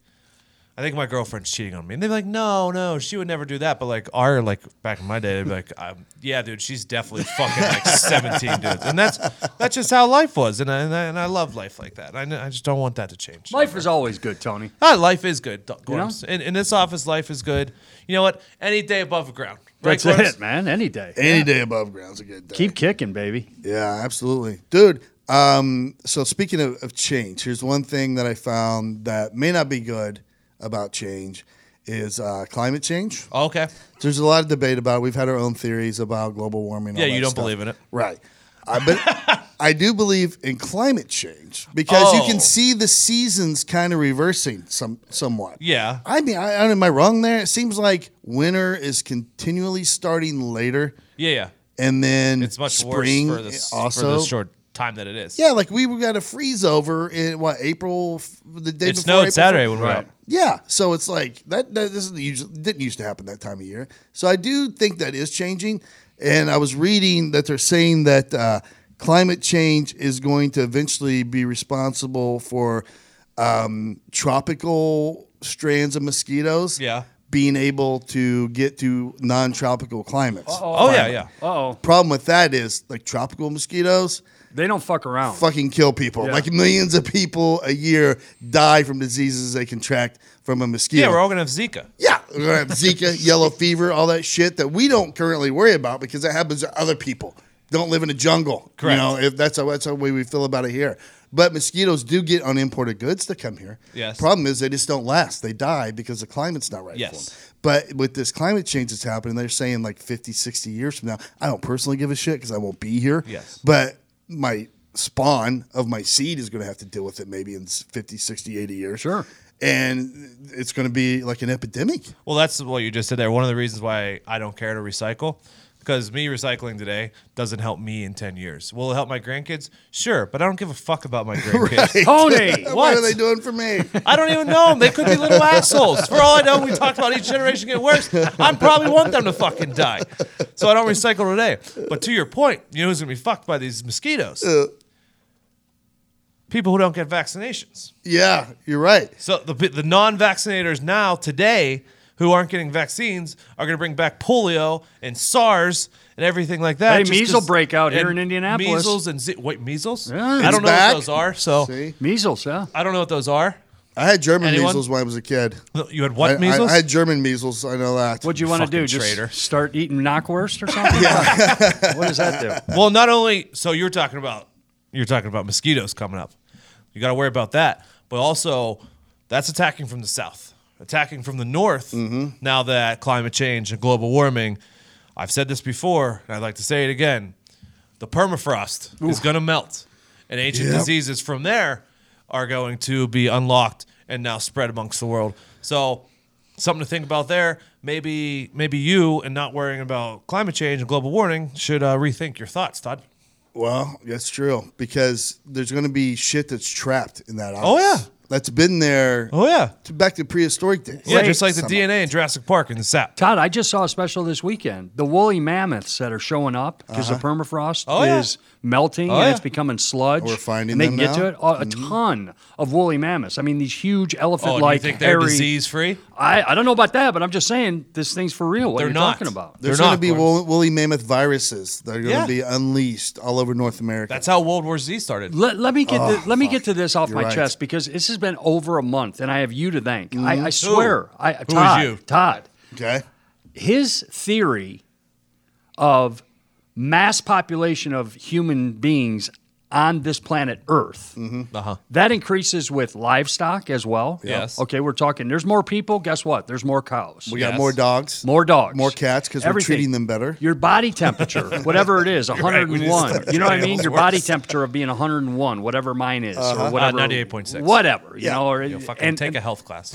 I think my girlfriend's cheating on me, and they're like, No, no, she would never do that. But like our like back in my day, they'd be like, um, Yeah, dude, she's definitely fucking like seventeen dudes, and that's that's just how life was, and I, and I, and I love life like that. And I, I just don't want that to change.
Life is always good, Tony.
Ah, life is good, Th-
know?
Gorms. In, in this office, life is good. You know what? Any day above ground. Right,
That's
Gorms?
it, man. Any day.
Any day above ground's a good day.
Keep kicking, baby.
Yeah, absolutely. Dude, um, so speaking of, of change, here's one thing that I found that may not be good about change is uh, climate change.
Oh, Okay.
There's a lot of debate about. It. We've had our own theories about global warming.
Yeah, you don't believe in it.
right? I, but I do believe in climate change because you
Oh.
can see the seasons kind of reversing some somewhat.
Yeah.
I mean, I, I, am I wrong there? It seems like winter is continually starting later,
Yeah, yeah.
and then
It's much
spring
worse for this
also.
for the short time that it is.
yeah, like we got a freeze over in what April, f- the day
it
before
snowed
April
Saturday when we were out.
yeah, so it's like that. that this is usually, didn't used to happen that time of year. So I do think that is changing. And I was reading that they're saying that uh, climate change is going to eventually be responsible for um, tropical strands of mosquitoes.
Yeah.
Being able to get to non-tropical climates.
Oh yeah, yeah.
Oh,
Problem with that is like tropical mosquitoes
they don't fuck around.
fucking kill people.
Yeah.
Like millions of people a year die from diseases they contract from a mosquito.
Yeah, we're all gonna have Zika.
Yeah, we're gonna have Zika, yellow fever, all that shit that we don't currently worry about because that happens to other people. Don't live in a jungle.
Correct.
You know, if that's how, that's the way we feel about it here. But mosquitoes do get on imported goods that come here.
Yes.
Problem is they just don't last. They die because the climate's not right
Yes.
for them. But with this climate change that's happening, they're saying like 50, 60 years from now, I don't personally give a shit because I won't be here.
Yes.
But my spawn of my seed is going to have to deal with it maybe in 50, 60, 80 years.
Sure.
And it's going to be like an epidemic.
Well, that's what you just said there. One of the reasons why I don't care to recycle, because me recycling today doesn't help me in ten years. Will it help my grandkids? Sure, but I don't give a fuck about my grandkids.
Tony,
What
What?
are they doing for me?
I don't even know them. They could be little assholes. For all I know, we talked about each generation getting worse. I probably want them to fucking die. So I don't recycle today. But to your point, you know who's gonna be fucked by these mosquitoes?
Uh.
People who don't get vaccinations.
yeah, you're right.
So the the non-vaccinators now today who aren't getting vaccines are going to bring back polio and SARS and everything like that.
Hey,
just
measles
'cause-
break out here
and
in Indianapolis.
Measles and Z- wait, measles?
Yeah.
I
It's
don't know
back.
what those are. So
See,
measles, yeah.
I don't know what those are.
I had German
Anyone?
measles when I was a kid.
You had
I,
what
I-
measles?
I had German measles. I know that.
What'd you want to
fucking
do? Just
traitor.
start eating knockwurst or something? What does that do?
well, not only so you're talking about you're talking about mosquitoes coming up. You got to worry about that, but also that's attacking from the south, attacking from the north. Now that climate change and global warming, I've said this before, and I'd like to say it again: the permafrost is going to melt, and ancient
Yep.
diseases from there are going to be unlocked and now spread amongst the world. So something to think about there. Maybe maybe you and not worrying about climate change and global warming should uh, rethink your thoughts, Todd.
Well, that's true because there's going to be shit that's trapped in that ice.
Oh, yeah.
that's been there
Oh yeah,
to back to prehistoric days.
yeah, just like the
Some-
DNA in Jurassic Park and the sap.
Todd, I just saw a special this weekend. The woolly mammoths that are showing up because the permafrost
Oh, yeah.
is melting
Oh,
and
yeah.
it's becoming sludge.
We're finding
and they
them
get
now?
to it. Oh, a ton of woolly mammoths. I mean, these huge
Mm-hmm. Oh,
elephant
do you
like
think they're
hairy.
disease free?
I, I don't know about that, but I'm just saying this thing's for real. What
They're
are you
not.
talking about?
They're
There's going to
not,
be
Gordon.
woolly, woolly mammoth viruses that are going to be
Yeah.
unleashed all over North America.
That's how World War Z started.
Let, let me get
Oh,
the, let me
fuck.
get to this off
You're
my
right.
chest because this has been over a month and I have you to thank. I, I swear, I Todd,
Mm-hmm. is you?
Todd,
okay.
his theory of mass population of human beings on this planet Earth
Mm-hmm.
Uh
Uh-huh.
huh.
that increases with livestock as well.
Yes.
Okay, we're talking. There's more people. Guess what? There's more cows.
We
Yes.
got more dogs.
more dogs,
More cats because we're
Everything.
treating them better.
Your body temperature, whatever it is,
right, we just
101.
started
you know what I
getting
mean?
all
Your
sorts.
body temperature of being 101, whatever mine is, or
Uh,
whatever.
98.6.
Whatever. You
Uh-huh. Yeah.
know, or,
You'll fucking
and,
take a health class.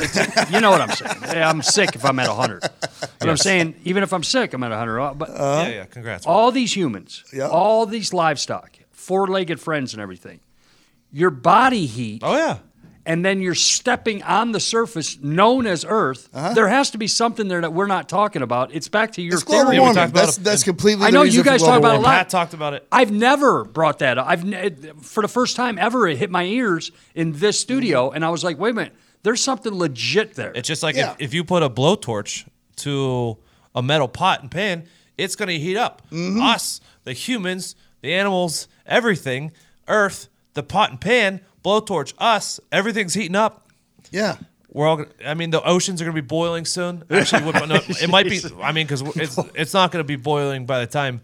you know what I'm saying. Hey, I'm sick if I'm at 100. But I'm saying, even if I'm sick, I'm at 100. But
Uh-huh.
yeah, yeah. Congrats.
all these humans,
Yeah.
all these livestock, four legged friends and everything, your body heat,
oh yeah.
and then you're stepping on the surface known as Earth, there has to be something there that we're not talking about. It's back to your
Uh-huh. It's
theory.
global
we
warming.
talked about
That's,
it.
that's completely.
I
the
know
reason
you
for
guys
global
talk about it a
warming.
lot.
Pat talked about it.
I've never brought that up. I've ne- for the first time ever, it hit my ears in this
Mm-hmm.
studio, and I was like, "Wait a minute, there's something legit there."
It's just like
Yeah.
if, if you put a blowtorch to a metal pot and pan, it's going to heat up.
Mm-hmm.
Us, the humans, the animals, everything, Earth, the pot and pan, blowtorch, us, everything's heating up.
Yeah.
We're all. Gonna, I mean, the oceans are going to be boiling soon. Actually, what- no, it might be. I mean, because it's it's not going to be boiling by the time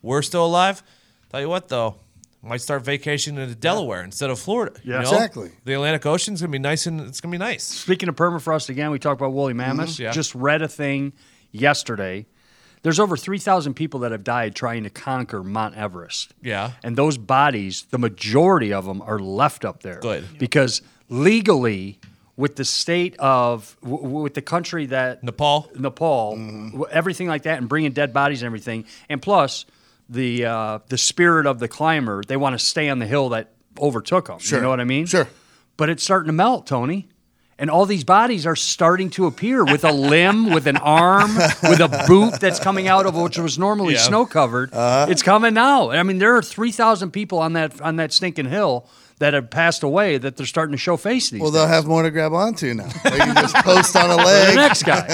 we're still alive. Tell you what, though, might start vacationing to Delaware instead of Florida. Yeah,
Exactly.
The Atlantic Ocean's going to be nice, and it's going to be nice.
Speaking of permafrost again, we talked about woolly mammoths.
Mm-hmm. Yeah.
Just read a thing yesterday. There's over 3,000 people that have died trying to conquer Mount Everest.
Yeah.
And those bodies, the majority of them are left up there.
Good.
Because legally, with the state of, w- w- with the country that
Nepal.
Nepal,
Mm-hmm.
w everything like that, and bringing dead bodies and everything. And plus, the uh, the spirit of the climber, they want to stay on the hill that overtook them.
Sure.
You know what I mean?
Sure.
But it's starting to melt, Tony. And all these bodies are starting to appear with a limb, with an arm, with a boot that's coming out of which was normally
Yeah.
snow covered.
Uh-huh.
it's coming now. I mean, there are three thousand people on that on that stinking hill that have passed away that they're starting to show face these.
Well,
days.
they'll have more to grab onto now. They can just post on a leg.
the next guy,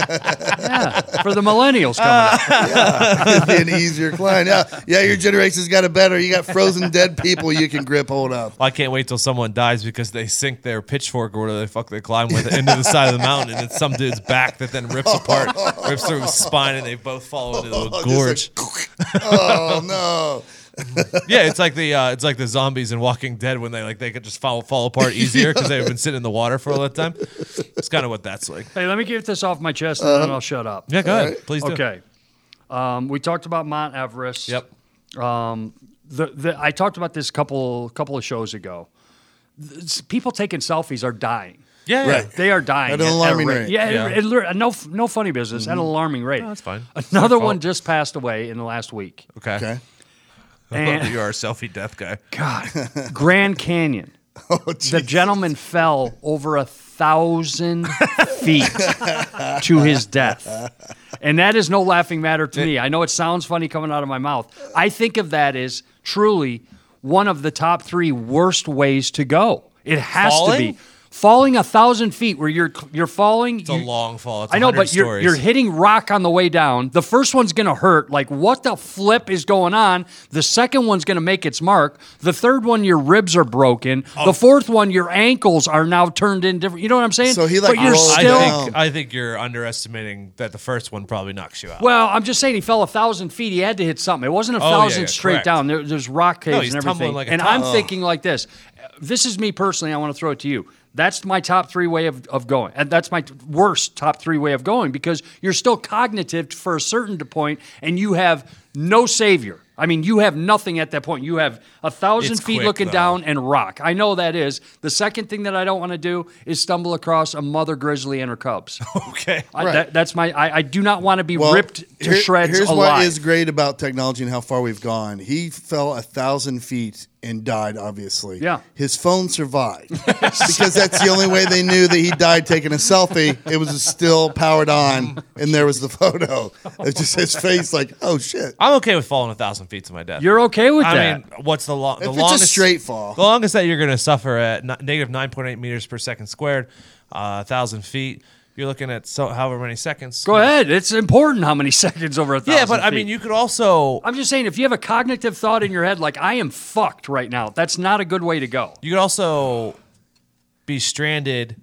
yeah, for the millennials coming up.
be an easier climb. Yeah, yeah, your generation's got it better. You got frozen dead people you can grip hold of.
I can't wait till someone dies because they sink their pitchfork or whatever the fuck they climb with into the side of the mountain, and it's some dude's back that then rips apart, rips through his spine, and they both fall into the
Oh, Just
gorge.
like, oh no!
yeah, it's like the uh, it's like the zombies in Walking Dead when they like they could just fall fall apart easier because they've been sitting in the water for all that time. It's kind of what that's like.
Hey, let me get this off my chest and then I'll shut up.
Yeah, go ahead, please do.
Okay. Um, we talked about Mount Everest.
Yep.
Um, the, the, I talked about this couple couple of shows ago. This- people taking selfies are dying.
Yeah. yeah.
Right.
They are dying
At an alarming
rate.
rate.
Yeah,
Yeah. Mm-hmm.
It, it, lear- no, f- no funny business. At an alarming rate.
that's fine. It's their
Another
fault.
one just passed away in the last week.
Okay.
Okay.
And
you are a selfie death guy.
God, Grand Canyon.
Oh,
The
geez.
gentleman fell over a thousand feet to his death. And that is no laughing matter to me. I know it sounds funny coming out of my mouth. I think of that as truly one of the top three worst ways to go. It has to
Falling?
be falling a thousand feet where you're you're falling.
It's a long fall. It's
I know,
100
but you're,
stories.
you're hitting rock on the way down. The first one's going to hurt. Like, what the flip is going on? The second one's going to make its mark. The third one, your ribs are broken.
Oh.
The fourth one, your ankles are now turned in different. You know what I'm saying?
So he,
but
like,
you're
rolled
still.
I
down.
think I think you're underestimating that the first one probably knocks you out.
Well, I'm just saying he fell a thousand feet. He had to hit something. It wasn't a
Oh, yeah,
thousand
yeah,
straight
correct.
down. There, there's rock caves
he's
and
tumbling
everything.
like a
and
top. Oh.
I'm thinking like this. This is me personally. I want to throw it to you. That's my top three way of, of going. And that's my t- worst top three way of going because you're still cognitive for a certain point and you have no savior. I mean, you have nothing at that point. You have a thousand
It's
feet
quick,
looking
though.
down and rock. I know that is. The second thing that I don't want to do is stumble across a mother grizzly and her cubs.
Okay.
I,
Right.
that, that's my. I, I do not want to be
Well,
ripped to
here-
shreds
Here's
alive.
what is great about technology and how far we've gone. He fell a thousand feet and died. Obviously,
Yeah.
His phone survived because that's the only way they knew that he died taking a selfie. It was still powered on, and there was the photo. It's just his face, like, oh shit.
I'm okay with falling a thousand feet to my death.
You're okay with
I
that?
mean, what's the, lo- the
If it's a
longest
straight fall.
The longest that you're going to suffer at ni- negative 9.8 meters per second squared, uh, thousand feet. You're looking at so however many seconds.
Go ahead. It's important how many seconds over a thousand.
Yeah, but I mean,
feet.
you could also
I'm just saying, if you have a cognitive thought in your head, like I am fucked right now, that's not a good way to go.
you could also be stranded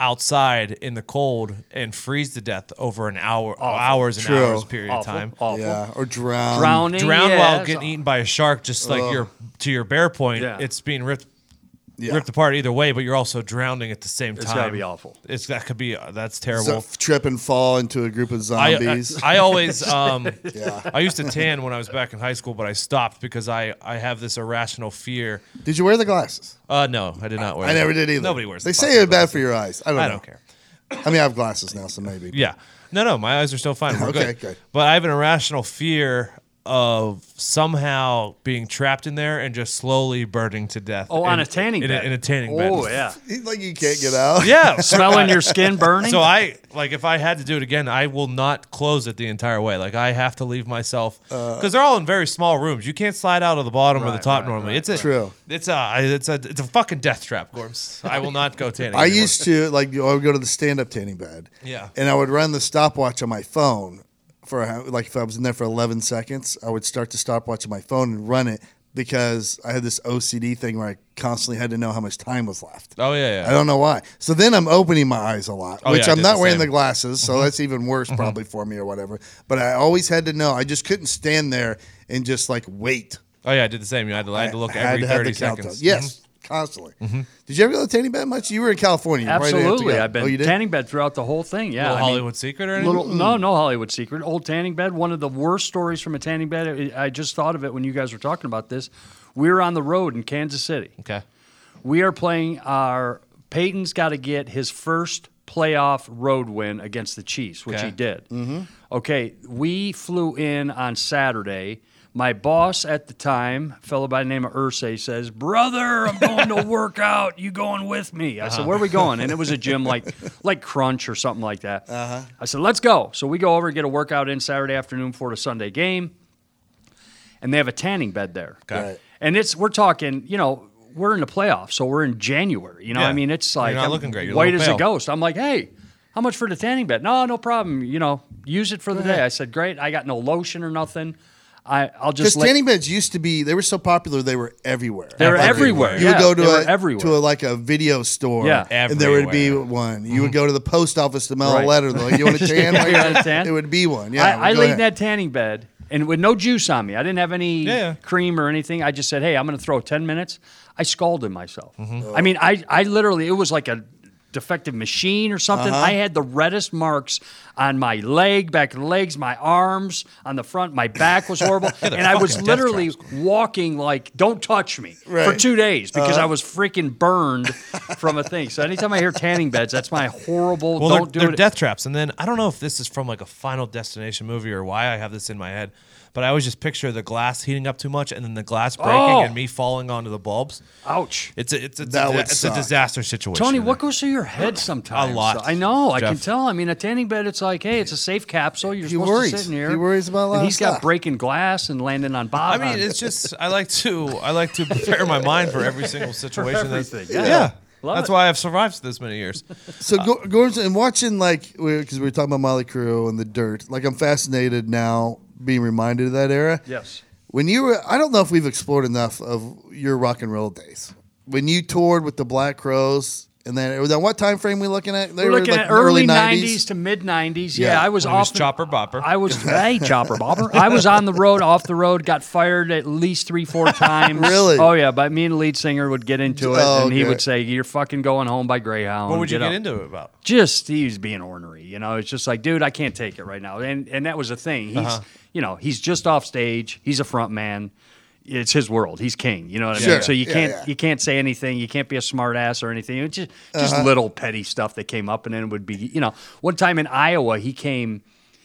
outside in the cold and freeze to death over an hour, hours and
True.
hours period
Awful,
of time.
awful.
Yeah, or drown.
Drowning,
Drown
yeah,
while
that's
getting eaten by a shark, just like your to your bear point,
Yeah.
it's being ripped
Yeah.
ripped apart either way, but you're also drowning at the same time.
It's gotta be awful.
It's that could be uh, that's
So
terrible.
trip and fall into a group of
I, uh,
zombies.
I, I always um,
Yeah.
I used to tan when I was back in high school, but I stopped because I, I have this irrational fear.
did you wear the glasses?
Uh, no, I did not wear.
I
them.
never did either.
Nobody wears.
They
the
say
fucking
it's bad
glasses.
for your eyes. I don't.
I
know.
don't care.
I mean, I have glasses now, so maybe.
Yeah. No, no, my eyes are still fine. We're
Okay,
good.
good.
But I have an irrational fear of somehow being trapped in there and just slowly burning to death.
Oh, on
in-
a tanning
in
bed.
A, in a tanning bed.
Oh yeah,
He's like you can't get out.
Yeah.
smelling your skin burning.
So I like if I had to do it again, I will not close it the entire way. Like I have to leave myself because they're all in very small rooms. You can't slide out of the bottom or the
Right,
top
right,
normally.
right,
it's a
True.
It's a it's a it's a fucking death trap, Gorms. I will not go tanning.
I
anymore.
used to like I would go to the stand up tanning bed.
Yeah.
And I would run the stopwatch on my phone for how- like if I was in there for 11 seconds, I would start the stopwatch on my phone and run it because I had this OCD thing where I constantly had to know how much time was left.
Oh yeah,
I
yeah.
don't know why. So then I'm opening my eyes a lot,
Oh,
which
yeah, I
I'm
did
not
the
wearing
same. Mm-hmm.
the glasses, so that's even worse probably for me or whatever. But I always had to know. I just couldn't stand there and just like wait.
Oh yeah, I did the same. You had to, I had to look
I
every
had to have
thirty
the countdown.
seconds. Mm-hmm.
Yes, constantly. Did you ever go to tanning bed much? You were in California. right? You didn't have to
Absolutely,
go.
I've been
Oh, you did?
tanning bed throughout the whole thing. Yeah,
Little
I mean,
Hollywood secret or anything?
Little, no, no Hollywood secret. Old tanning bed. One of the worst stories from a tanning bed. I I just thought of it when you guys were talking about this. We were on the road in Kansas City.
okay.
We are playing our. Peyton's got to get his first playoff road win against the Chiefs, which
Okay.
he did. Mm-hmm. Okay, we flew in on Saturday. My boss at the time, a fellow by the name of Ursay, says, "Brother, I'm going to work out. You going with me?" I said,
Uh-huh.
"Where are we going?" And it was a gym like, like Crunch or something like that. Uh-huh. I said, "Let's go." So we go over and get a workout in Saturday afternoon for the Sunday game and they have a tanning bed there.
Okay. Right.
And it's we're talking, you know, we're in the playoffs, so we're in January. You know,
Yeah.
I mean, it's
You're
like
not
I'm
looking great. You're a
white
little
as
pale.
a ghost. I'm like, hey, how much for the tanning bed? No, no problem. You know, use it for the day. I said, great. I got no lotion or nothing. I I'll just
Because
let-
tanning beds used to be, they were so popular, they were everywhere.
They were
everywhere.
everywhere.
You
Yeah,
would go to
they were
a
everywhere.
to a, like a video store,
Yeah.
and there would be
Everywhere. Mm-hmm.
one. You would go to the post office to mail
Right.
a letter. They're like, "You want a tan?"
You want a tan?
There would be one. Yeah,
I, I
go
laid in
ahead.
that tanning bed and with no juice on me. I didn't have any
Yeah, yeah.
cream or anything. I just said, hey, I'm going to throw 10 minutes. I scalded myself.
Mm-hmm.
I mean, I, I literally, it was like a defective machine or something.
Uh-huh.
I had the reddest marks on my leg, back of the legs, my arms, on the front. My back was horrible. and I was
fucking death
literally walking like, don't touch me for
Right. Uh-huh.
two days because I was freaking burned from a thing. So anytime I hear tanning beds, that's my horrible,
Well,
don't
they're,
do
they're
it.
death traps. And then I don't know if this is from like a Final Destination movie or why I have this in my head, but I always just picture the glass heating up too much and then the glass breaking
Oh.
and me falling onto the bulbs.
Ouch.
It's a it's a,
That would
it's a
suck.
disaster situation.
Tony, what goes through your head sometimes?
A lot,
I know. I can
Jeff.
tell. I mean, a tanning bed, it's like, hey, it's a safe capsule. You're
He
supposed
worries.
to sit in here.
He worries about a lot
And
of
he's got
stuff.
breaking glass and landing on
I
Bob.
mean, it's just I like to I like to prepare my mind for every single situation. that's-
everything,
yeah,
yeah. Love
that's
it.
why I've survived this many years.
So go, Gordon, and watching like because we were talking about Molly Crew and the dirt. Like I'm fascinated now, being reminded of that era.
Yes.
When you were, I don't know if we've explored enough of your rock and roll days. When you toured with the Black Crows and then was that what time frame we looking at? They
We're looking
like
at
the
early '90s to mid '90s. Yeah,
Yeah.
I was
He
off
was
the-
chopper bopper.
I was hey chopper bopper. I was on the road, off the road, got fired at least three, four times.
Really?
Oh yeah. But me and the lead singer would get into it,
Oh,
and he
okay.
would say, "You're fucking going home by Greyhound."
what would you get
up."
into it about?
Just he was being ornery. You know, it's just like, dude, I can't take it right now. And and that was the thing. He's
Uh-huh.
you know he's just off stage. He's a front man. It's his world. He's king. You know what I
Sure.
mean. So you
Yeah,
can't
yeah.
you can't say anything. You can't be a smartass or anything. It's just just
Uh-huh.
little petty stuff that came up, and then it would be you know one time in Iowa he came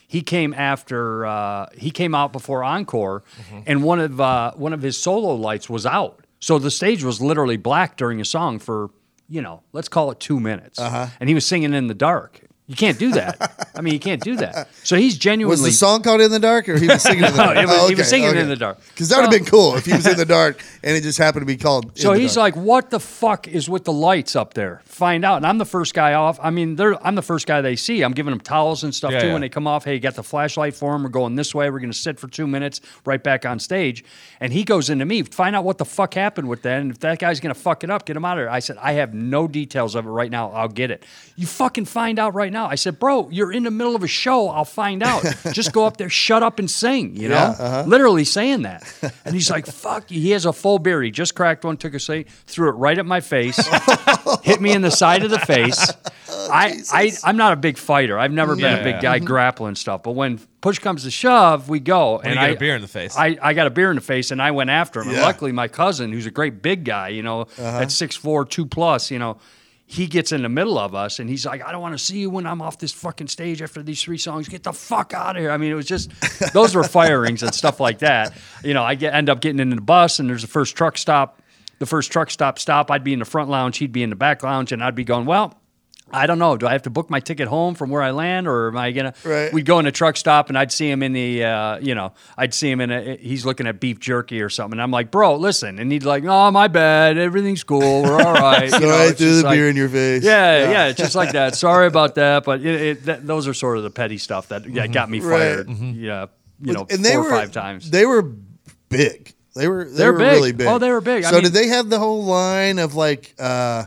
he came after uh, he came out before encore,
Mm-hmm.
and one of uh, one of his solo lights was out, so the stage was literally black during a song for you know let's call it two minutes,
Uh-huh.
and he was singing in the dark. You can't do that. I mean, you can't do that. So he's genuinely
Was the song called "In the Dark" or he was singing? In the dark?
it was- he was singing In the Dark.
Because that would have been cool if he was in the dark and it just happened to be called. In
So
the
he's
Dark.
like, "What the fuck is with the lights up there?" Find out, and I'm the first guy off. I mean, they're I'm the first guy they see. I'm giving them towels and stuff
Yeah,
too
yeah.
when they come off. Hey, you got the flashlight for them. We're going this way. We're going to sit for two minutes, right back on stage. And he goes into me, find out what the fuck happened with that, and if that guy's going to fuck it up, get him out of there. I said, I have no details of it right now. I'll get it. You fucking find out right now. I said, bro, you're in the middle of a show. I'll find out. Just go up there, shut up, and sing. You know
Yeah,
uh-huh.
literally saying that. And he's like, fuck you. He has a full beer. He just cracked one, took a seat, threw it right at my face, hit me in the side of the face. I, I, I'm not a big fighter. I've never been a
Yeah.
big guy grappling stuff. But when push comes to shove, we go. and
you get
I
a beer in the face.
I, I got a beer in the face and I went after him. And
Yeah.
luckily, my cousin, who's a great big guy, you know, at 6'4, 2 plus, you know, he gets in the middle of us and he's like, I don't want to see you when I'm off this fucking stage after these three songs. Get the fuck out of here. I mean, it was just, those were firings and stuff like that. You know, I get, end up getting in the bus and there's the first truck stop. The first truck stop stop, I'd be in the front lounge, he'd be in the back lounge, and I'd be going, well, I don't know. Do I have to book my ticket home from where I land, or am I gonna?
Right.
We'd go in a truck stop, and I'd see him in the, uh, you know, I'd see him in a. He's looking at beef jerky or something. And I'm like, bro, listen, and he'd like, no, my bad. Everything's cool. We're all right. You
So
know,
I
it's
threw
just
the
like-
beer in your face.
Yeah, yeah, it's just like that. Sorry about that, but it, it, that, those are sort of the petty stuff that yeah, got me
Mm-hmm. Right. Mm-hmm.
fired. Yeah, you know, four or five times.
They were big. They were they
They're
were
big.
really big.
Oh, they were big. I
So
mean-
did they have the whole line of like uh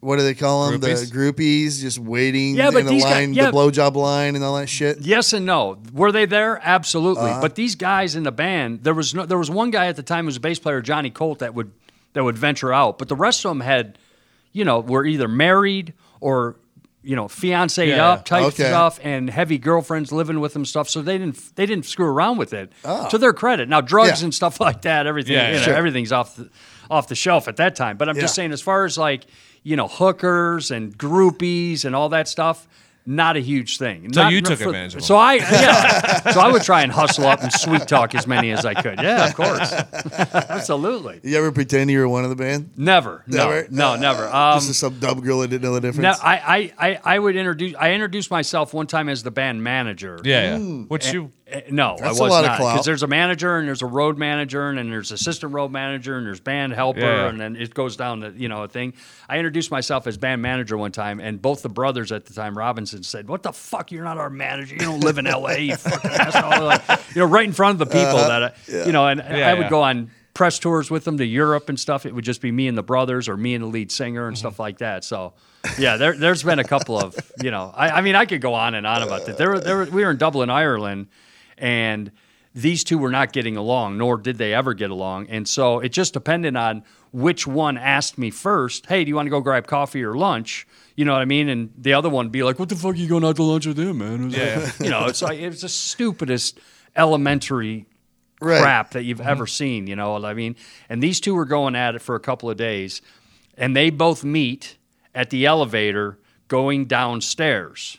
what do they call them?
Groupies?
The groupies just waiting
Yeah, but
in the
these guys-
line,
yeah.
the blowjob line and all that shit.
Yes and no. Were they there? Absolutely. but these guys in the band, there was no. There was one guy at the time who was a bass player, Johnny Colt, that would that would venture out. But the rest of them had, you know, were either married or you know, fiancee
Yeah.
up type
Okay.
stuff, and heavy girlfriends living with them stuff. So they didn't they didn't screw around with it. To their credit, now drugs
Yeah.
and stuff like that, everything
Yeah,
you
yeah.
know,
Sure.
everything's off the, off the shelf at that time. But I'm just
Yeah.
saying, as far as like you know, hookers and groupies and all that stuff. Not a huge thing.
So
Not-
you
not
took advantage of
So I, yeah. so I would try and hustle up and sweet talk as many as I could. Yeah, of course, absolutely.
You ever pretend you were one of the band?
Never, no,
Never?
no,
Uh,
never. Um,
Just some dumb girl that didn't know the
no,
difference.
I, I, I, I would introduce. I introduced myself one time as the band manager.
yeah, yeah. Which Mm. you
Uh, No,
That's a
I was
lot of
not
clout.
because there's a manager and there's a road manager and then there's assistant road manager and there's band helper
Yeah, yeah.
and then it goes down to you know a thing. I introduced myself as band manager one time and both the brothers at the time Robinson said, "What the fuck? You're not our manager. You don't live in L.A. You fucking asshole!" Like, you know, right in front of the people
Uh-huh.
that I, you know. And
Yeah,
I would
yeah.
go on press tours with them to Europe and stuff. It would just be me and the brothers or me and the lead singer and stuff like that. So. Yeah, there, there's been a couple of you know. I, I mean, I could go on and on about that. There, were- there, were- we were in Dublin, Ireland, and these two were not getting along, nor did they ever get along. And so it just depended on which one asked me first, hey, do you want to go grab coffee or lunch? You know what I mean? And the other one be like, what the fuck are you going out to lunch with him, man? It was
Yeah.
like- you know, it's like, it's the stupidest elementary
Right.
crap that you've ever seen. You know what I mean? And these two were going at it for a couple of days, and they both meet at the elevator going downstairs.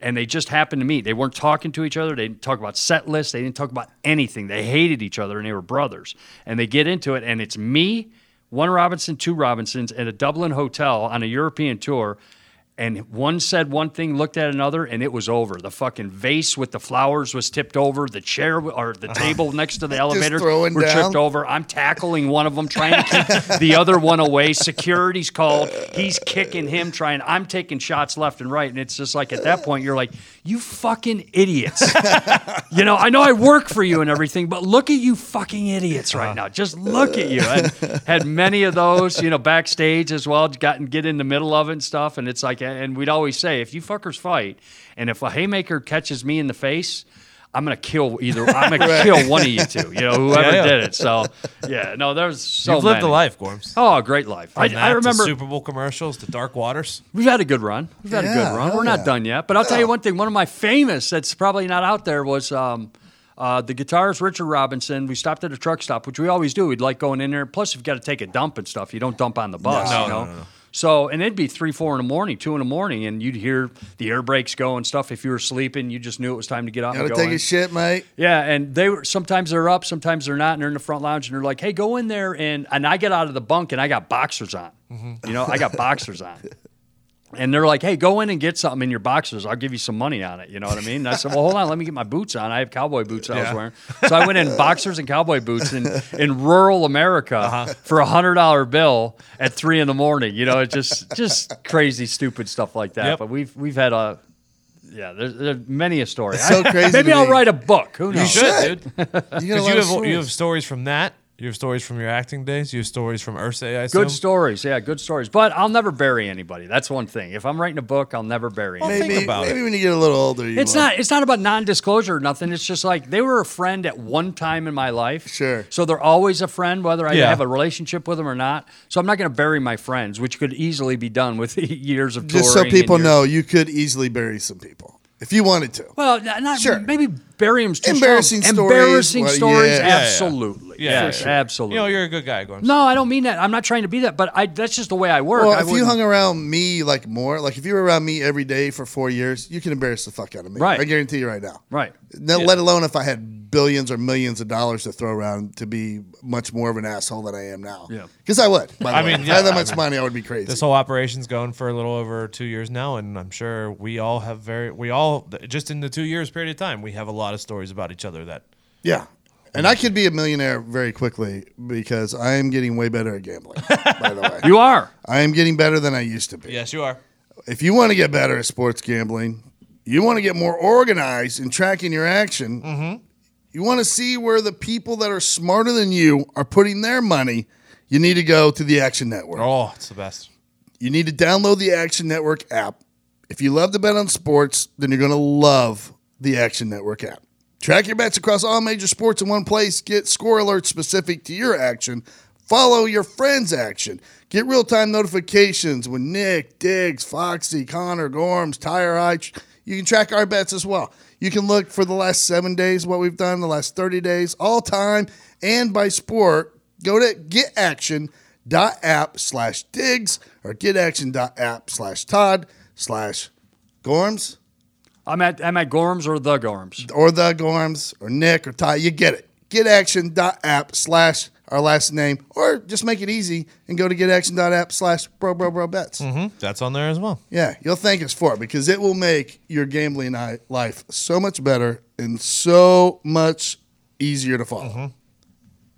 And they just happened to meet. They weren't talking to each other. They didn't talk about set lists. They didn't talk about anything. They hated each other, and they were brothers. And they get into it, and it's me, one Robinson, two Robinsons, at a Dublin hotel on a European tour. and one said one thing, looked at another, and it was over. The fucking vase with the flowers was tipped over. The chair w- or the table next to the elevator were
Uh-huh. throwing down.
tripped over. I'm tackling one of them, trying to keep the other one away. Security's called. He's kicking him, trying. I'm taking shots left and right, and it's just like at that point you're like, you fucking idiots. you know, I know I work for you and everything, but look at you fucking idiots
Uh-huh.
right now. Just look at you. And had many of those, you know, backstage as well, gotten get in the middle of it and stuff. And it's like, and we'd always say, if you fuckers fight, and if a haymaker catches me in the face, I'm gonna kill either. I'm gonna kill one of you two. You know, whoever
Yeah, yeah.
did it. So, yeah, no, there's so
You've lived
many.
a life, Gorms.
Oh, great life! I,
From
I
that to
remember
Super Bowl commercials, the Dark Waters.
We've had a good run. We've had a
Yeah,
good run.
hell
We're not
yeah.
done yet. But I'll tell you one thing. One of my famous that's probably not out there was um, uh, the guitarist Richard Robinson. We stopped at a truck stop, which we always do. We'd like going in there. Plus, if you've got to take a dump and stuff, you don't dump on the bus.
No,
you
no,
know?
no, no.
So, and it'd be three, four in the morning, two in the morning, and you'd hear the air brakes go and stuff. If you were sleeping, you just knew it was time to get out
Gotta
and go.
take
in.
a shit, mate.
Yeah, and they were sometimes they're up, sometimes they're not, and they're in the front lounge, and they're like, "Hey, go in there," and and I get out of the bunk, and I got boxers on,
Mm-hmm.
you know, I got boxers on, and they're like, "Hey, go in and get something in your boxers. I'll give you some money on it." You know what I mean? And I said, "Well, hold on, let me get my boots on. I have cowboy boots I was wearing." So I went in boxers and cowboy boots in in rural America
Uh-huh.
for a hundred dollar bill at three in the morning. You know, it's just just crazy, stupid stuff like that.
Yep.
But we've we've had a. Yeah, there's, there's many a story.
It's so
I-
crazy
Maybe
to
I'll
me.
write a book. Who knows?
You should, Oh, dude.
You, got a lot
Because you
of
have you
stories.
have stories from that. You have stories from your acting days. You have stories from Ursay. I assume.
Good stories, yeah, good stories. But I'll never bury anybody. That's one thing. If I'm writing a book, I'll never bury. anybody.
think
maybe
about
maybe when you get a little older, you
It's
will.
not. It's not about non-disclosure or nothing. It's just like they were a friend at one time in my life.
Sure.
So they're always a friend, whether I
Yeah.
have a relationship with them or not. So I'm not going to bury my friends, which could easily be done with years of
Just so
touring and
people
years-
know, you could easily bury some people if you wanted to.
Well, n- not
Sure.
maybe bury them's too strong.
Embarrassing stories,
Embarrassing
what-
stories,
yeah. Yeah,
yeah.
absolutely.
Yeah,
Yeah,
for sure.
absolutely.
You know, you're a good guy, Gorms.
no, I don't mean that. I'm not trying to be that, but I, that's just the way I work.
Well,
I
if you
wouldn't-
hung around me like more, like if you were around me every day for four years, you can embarrass the fuck out of me.
Right.
I guarantee you right now.
right,
No, Let alone if I had billions or millions of dollars to throw around to be much more of an asshole than I am now.
Yeah.
Because I would. By the
I
way.
mean,
if I had
yeah,
that much money, I would be crazy.
This whole operation's going for a little over two years now, and I'm sure we all have very, we all just in the two years period of time, we have a lot of stories about each other that
yeah. And I could be a millionaire very quickly because I am getting way better at gambling, by the way.
you are.
I am getting better than I used to be.
Yes, you are.
if you want to get better at sports gambling, you want to get more organized in tracking your action, you want to see where the people that are smarter than you are putting their money, you need to go to the Action Network.
Oh, it's the best.
You need to download the Action Network app. If you love to bet on sports, then you're going to love the Action Network app. Track your bets across all major sports in one place. Get score alerts specific to your action. Follow your friends' action. Get real time notifications when Nick, Diggs, Foxy, Connor, Gorms, Tire Eye. You can track our bets as well. You can look for the last seven days, what we've done, the last 30 days, all time, and by sport. Go to getaction.app slash digs or getaction.app slash Todd slash Gorms
I'm at I'm at Gorms or the Gorms.
or the Gorms or Nick or Todd. You get it. Getaction.app slash our last name or just make it easy and go to getaction.app slash bro bro bro bets.
Hmm, That's on there as well.
Yeah, you'll thank us for it because it will make your gambling ni- life so much better and so much easier to follow.
Mm-hmm.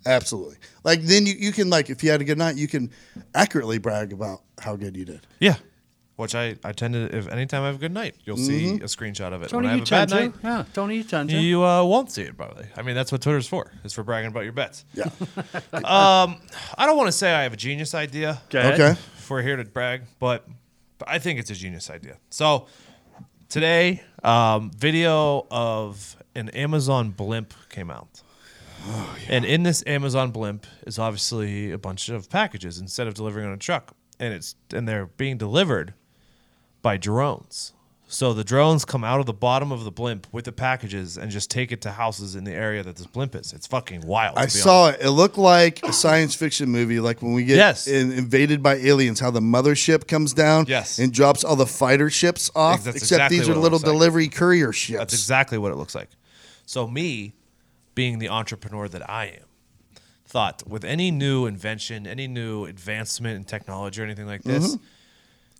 Absolutely. Like then you, you can like if you had a good night, you can accurately brag about how good you did.
Yeah. Which I, I tend to, if anytime I have a good night, you'll see a screenshot of it.
Tony,
when I
you
have Mm-hmm. a bad night,
tend to. Yeah, Tony, you tend to.
you uh, won't see it probably. I mean, that's what Twitter's for. It's for bragging about your bets. Um,
Yeah.
I don't want to say I have a genius idea.
Go ahead.
okay.
if we're here to brag, but I think it's a genius idea. So today, um, video of an Amazon blimp came out. And in this Amazon blimp is obviously a bunch of packages instead of delivering on a truck, and it's and they're being delivered by drones. So the drones come out of the bottom of the blimp with the packages and just take it to houses in the area that this blimp is. It's fucking wild. Oh, to
I
be
saw it. It looked like a science fiction movie, like when we get
Yes.
in, invaded by aliens, how the mothership comes down
Yes.
and drops all the fighter ships off.
That's
except
exactly
these
what
are
it
little
looks like.
delivery courier ships.
That's exactly what it looks like. So me, being the entrepreneur that I am, thought with any new invention, any new advancement in technology or anything like this,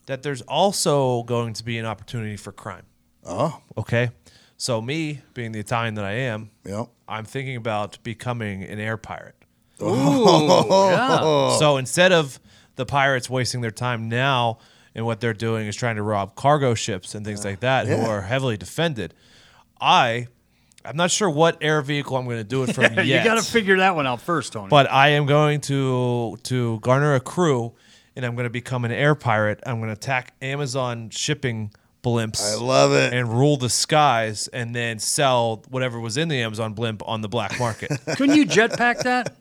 that there's also going to be an opportunity for crime.
Oh,
Okay. So me, being the Italian that I am,
Yep.
I'm thinking about becoming an air pirate.
Ooh, yeah.
So instead of the pirates wasting their time now and what they're doing is trying to rob cargo ships and things like that who are heavily defended, I I'm not sure what air vehicle I'm going to do it from
You
yet.
got to figure that one out first, Tony.
but I am going to to garner a crew and I'm going to become an air pirate. I'm going to attack Amazon shipping blimps
I love it.
and rule the skies and then sell whatever was in the Amazon blimp on the black market.
Couldn't you jetpack that?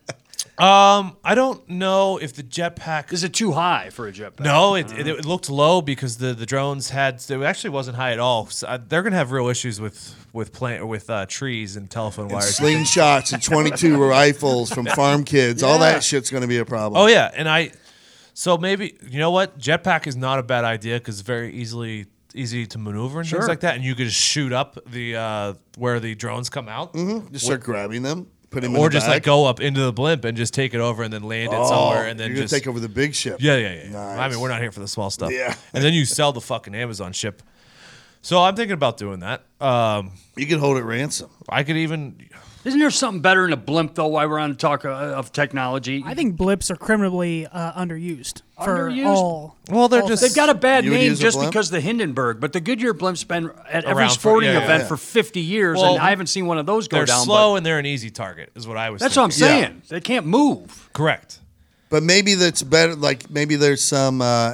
I don't know if the jetpack
Is it too high for a jetpack?
No, it,
Mm-hmm.
it, it looked low because the, the drones had it actually wasn't high at all. So, uh, they're gonna have real issues with with plant with uh, trees and telephone wires.
Slingshots and 22 rifles from farm kids. All that shit's going to be a problem.
oh yeah, and I so maybe you know what jetpack is not a bad idea because it's very easily easy to maneuver and
Sure.
things like that, and you could just shoot up the uh, where the drones come out.
Just start grabbing them, put them Mm-hmm. in
Or
the
just
back.
like go up into the blimp and just take it over and then land it
Oh,
somewhere and then
you're gonna
just
take over the big ship.
Yeah, yeah, yeah. yeah. I
Nice.
mean, we're not here for the small stuff.
Yeah.
And then you sell the fucking Amazon ship. So I'm thinking about doing that. Um,
You could hold it ransom.
I could even.
Isn't there something better in a blimp though? While we're on the talk of, of technology,
I think blips are criminally uh, underused for
Underused?
all.
Well, they're
all
just-
They've got a bad
You would
name
use a
just
blimp?
because the Hindenburg, but the Goodyear blimp's been at every
Around for-
sporting
yeah, yeah,
event
yeah.
for 50 years,
Well,
and I haven't seen one of those go
They're
down.
slow
but
and they're an easy target, is what I was.
that's what I'm
thinking.
saying. They can't move.
Correct.
But maybe that's better. Like maybe there's some. Uh,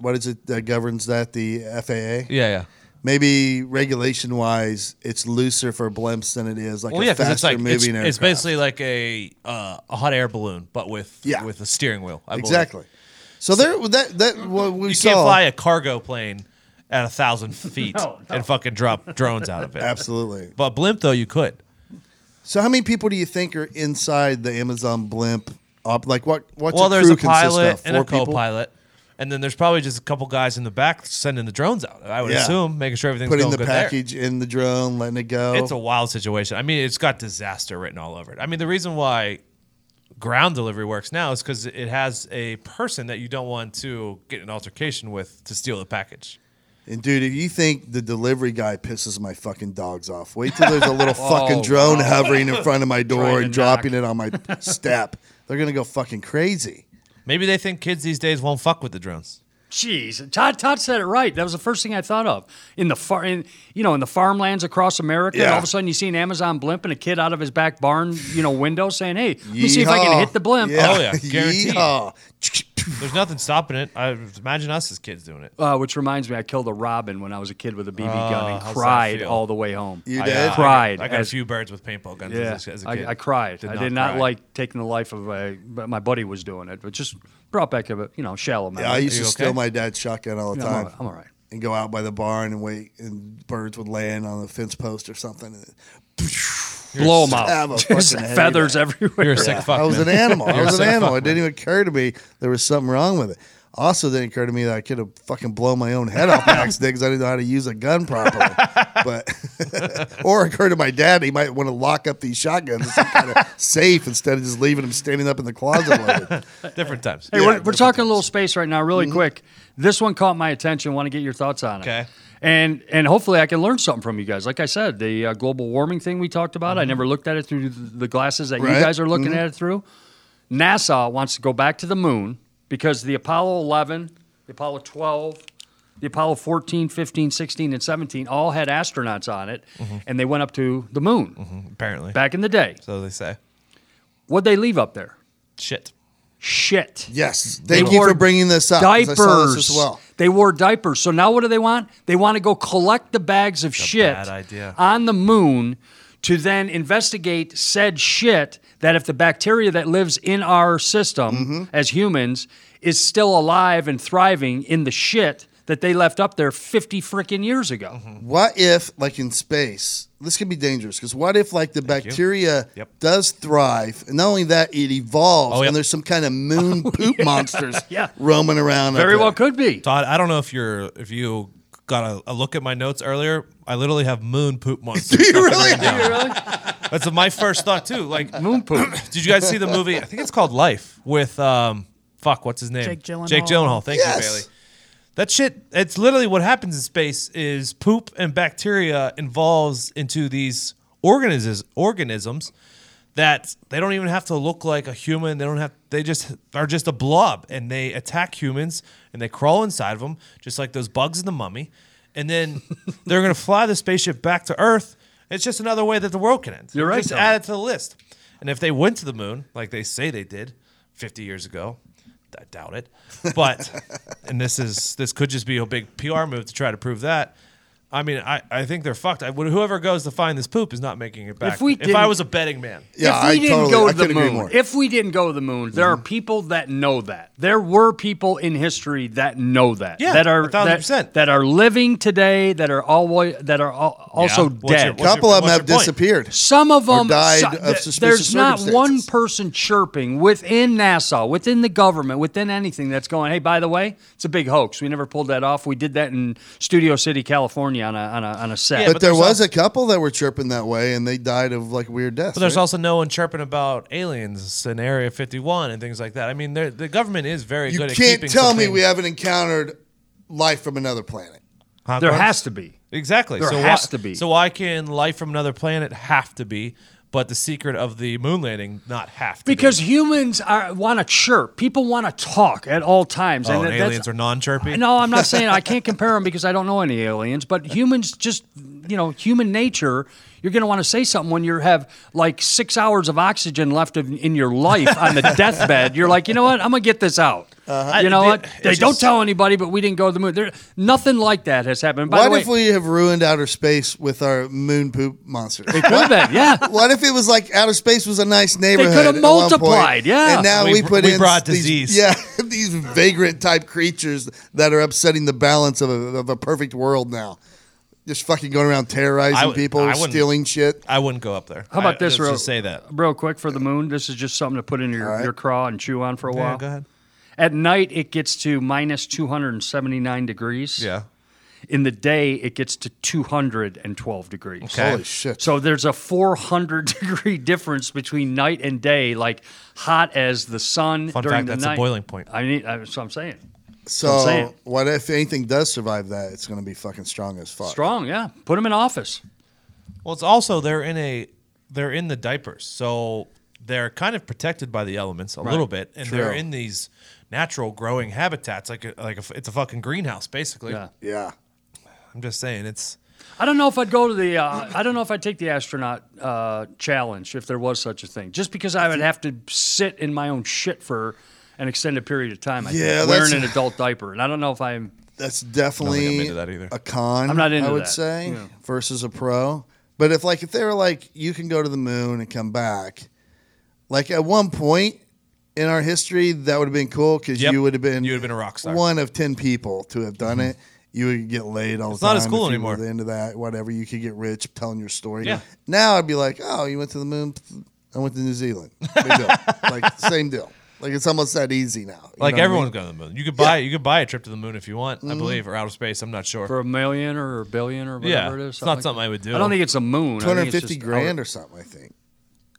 what is it that governs that? The FAA.
Yeah, yeah.
Maybe regulation wise, it's looser for blimps than it is like
Well,
a
yeah, because
faster
it's like it's,
moving
it's
aircraft.
basically like a uh, a hot air balloon, but with
Yeah.
with a steering wheel. I believe.
exactly. So there, that that what we
You
saw.
can't fly a cargo plane at a thousand feet
No, no.
and fucking drop drones out of it.
Absolutely.
But blimp though, you could.
So how many people do you think are inside the Amazon blimp? Op, like what? What's
well,
a
there's
crew
a pilot
consist of?
and a
Four people?
co-pilot, and then there's probably just a couple guys in the back sending the drones out. I would
Yeah.
assume, making sure everything's
Putting
going
the
good there.
package in the drone, letting it go.
It's a wild situation. I mean, it's got disaster written all over it. I mean, the reason why ground delivery works now is because it has a person that you don't want to get an altercation with to steal the package.
And dude, if you think the delivery guy pisses my fucking dogs off, wait till there's a little
Oh,
fucking drone hovering in front of my door
Trying
and
to knock.
dropping it on my step. They're gonna go fucking crazy.
Maybe they think kids these days won't fuck with the drones.
Jeez, Todd Todd said it right. That was the first thing I thought of in the far, in, you know, in the farmlands across America. And
Yeah.
all of a sudden, you see an Amazon blimp and a kid out of his back barn, you know, window saying, "Hey, let me see if I can
Yeehaw.
hit the blimp."
Oh, yeah, guaranteed.
Yeehaw.
There's nothing stopping it. I imagine us as kids doing it.
Uh, which reminds me, I killed a robin when I was a kid with a BB gun
Oh, how's that
and cried
feel?
all the way home.
You
I
did?
got-
Cried
I got, I got a
as-
few birds with paintball guns
Yeah,
as, a- as a
I-
kid.
I, cried. I did not
cry.
like taking the life of a. But my buddy was doing it, but just brought back a you know shallow amount.
Yeah, I used
you
to
okay?
steal my dad's shotgun all the
Yeah, I'm all
time.
right, I'm all right.
And go out by the barn and wait, and birds would land on the fence post or something. And
blow them out.
have a
Just
fucking headache.
feathers everywhere.
You're a sick fuck.
I was
man.
an animal. I
You're a
was an
sick
animal.
fuck,
It didn't even occur to me there was something wrong with it. Also, didn't occur to me that I could have fucking blown my own head off next day because I didn't know how to use a gun properly. But or it occurred to my dad he might want to lock up these shotguns in some kind of safe instead of just leaving them standing up in the closet. Loaded.
Different times.
Hey,
Yeah, Mm-hmm.
we're, we're
different
talking a little space right now, really quick. This one caught my attention. Want to get your thoughts on it?
Okay.
And and hopefully I can learn something from you guys. Like I said, the uh, global warming thing we talked about. I never looked at it through the the glasses that
Mm-hmm. Right. Mm-hmm.
you guys are looking at it through. NASA wants to go back to the moon because the Apollo 11, the Apollo 12, the Apollo 14, 15, 16, and 17 all had astronauts on it,
Mm-hmm.
and they went up to the moon
Apparently.
back in the day.
So they say.
What'd they leave up there?
Shit.
Shit.
Yes, thank you for bringing this up. 'cause I
Diapers.
saw this as well.
They wore diapers. So now what do they want? They want to go collect the bags of shit
bad idea.
on the moon to then investigate said shit that if the bacteria that lives in our system
Mm-hmm.
as humans is still alive and thriving in the shit that they left up there 50 freaking years ago.
What if, like in space, this could be dangerous because what if, like, the bacteria
Yep.
does thrive, and not only that, it evolves,
Oh, yep.
and there's some kind of moon poop monsters
yeah.
roaming around. up
Very
there.
well could be.
Todd, I don't know if you're if you got a, a look at my notes earlier. I literally have moon poop monsters.
Do you really?
That's my first thought too. Like,
Moon poop.
did you guys see the movie? I think it's called Life with um, fuck, what's his name?
Jake Gyllenhaal.
Jake Gyllenhaal. Thank
Yes.
you, Bailey. That shit, it's literally what happens in space is poop and bacteria involves into these organisms organisms that they don't even have to look like a human. They don't have they just are just a blob and they attack humans and they crawl inside of them just like those bugs in the mummy. And then they're going to fly the spaceship back to Earth. It's just another way that the world can end.
You're right,
Just
Tom.
add it to the list. And if they went to the moon like they say they did 50 years ago, I doubt it. But and this is this could just be a big PR move to try to prove that. I mean, I, I think they're fucked. I, would- whoever goes to find this poop is not making it back.
If
I
we didn't-
was a betting man,
Yeah,
if we
I
didn't
totally-
go
I
to the
couldn't agree
moon,
more. Mm-hmm.
if we didn't go to the moon, there are people that know that. There were people in history that know that.
Yeah,
that are
a thousand
that-
percent.
that are living today. That are always that are al- also
What's your-
dead.
what's
couple of them
what's
have
your point?
disappeared.
Some of
Or
them
died of
th-
suspicious
There's not one
circumstances.
person chirping within NASA, within the government, within anything that's going. Hey, by the way, it's a big hoax. We never pulled that off. We did that in Studio City, California, on a on a, on a set.
Yeah,
But,
but
there
there's
was
al-
a couple that were chirping that way, and they died of like weird deaths.
But there's
right?
also no one chirping about aliens in Area 51 and things like that. I mean, they're- the government is very
you
good at
can't
keeping
tell me
something-
we haven't encountered life from another planet.
Huh,
there
Gordon?
has to be.
exactly.
there
so
has
why,
to be.
So why can life from another planet have to be, but the secret of the moon landing not have to?
Because
be?
humans are want to chirp. People want to talk at all times.
oh,
that-
and
that's-
aliens are non-chirpy.
No, I'm not saying I can't compare them because I don't know any aliens, but humans just, you know, human nature, you're going to want to say something when you have like six hours of oxygen left in, in your life on the deathbed. You're like, you know what? I'm going to get this out. You know
Uh-huh. I-
what?
it- it's
They don't
just-
tell anybody, but we didn't go to the moon. There, nothing like that has happened. By
What
the way,
if we have ruined outer space with our moon poop monster?
They could have, yeah.
What if it was like outer space was a nice neighborhood?
could've
at one point,
multiplied, yeah.
And now we,
We br-
put
we
in
brought
these,
disease.
Yeah, these vagrant type creatures that are upsetting the balance of a, of a perfect world now. Just fucking going around terrorizing
I would- I
people,
wouldn't-
stealing shit.
I wouldn't go up there.
How about
I-
this,
let's
real,
Just say that.
real quick for the moon. This is just something to put in your, your craw and chew on for a while.
Yeah, go ahead.
At night, it gets to minus 279 degrees.
Yeah.
In the day, it gets to 212 degrees.
Okay.
Holy shit!
So there's a 400 degree difference between night and day, like hot as the sun
Fun
during
fact,
the
that's a
night.
boiling point.
I mean, I- that's what I'm saying. I'm
So
saying.
what if anything does survive that? It's going to be fucking strong as fuck.
Strong, yeah. Put them in office.
Well, it's also they're in a they're in the diapers, so they're kind of protected by the elements a little bit, and they're
True.
in these natural growing habitats, like a, like a, it's a fucking greenhouse, basically.
Yeah.
Yeah.
I'm just saying, it's
I don't know if I'd go to the. Uh, I don't know if I'd take the astronaut uh, challenge if there was such a thing. Just because I would have to sit in my own shit for an extended period of time. I think,
Yeah, that's-
wearing an adult diaper, and I don't know if I'm.
That's
I don't
definitely
think I'm into that either.
a con.
I'm not into
I would
that.
say
Yeah.
versus a pro. But if like if they were like you can go to the moon and come back, like at one point in our history that would have been cool because
Yep.
you would have been
You would've been a rock star. Mm-hmm.
one of ten people to have done it. You would get laid all
It's
the time.
not as cool
if you were
anymore.
Into that, whatever you could get rich telling your story.
Yeah.
Now I'd be like, oh, you went to the moon. I went to New Zealand. Big deal. like same deil. Like it's almost that easy now. You
like
know what I mean?
everyone's going to the moon. You could buy you could buy a trip to the moon if you want, I believe, or outer space. I'm not sure.
Mm-hmm. For a million or a billion or whatever
Yeah,
it is.
it's not
like
something
that.
I would do.
I don't think it's a moon.
Two hundred fifty grand or something. I think.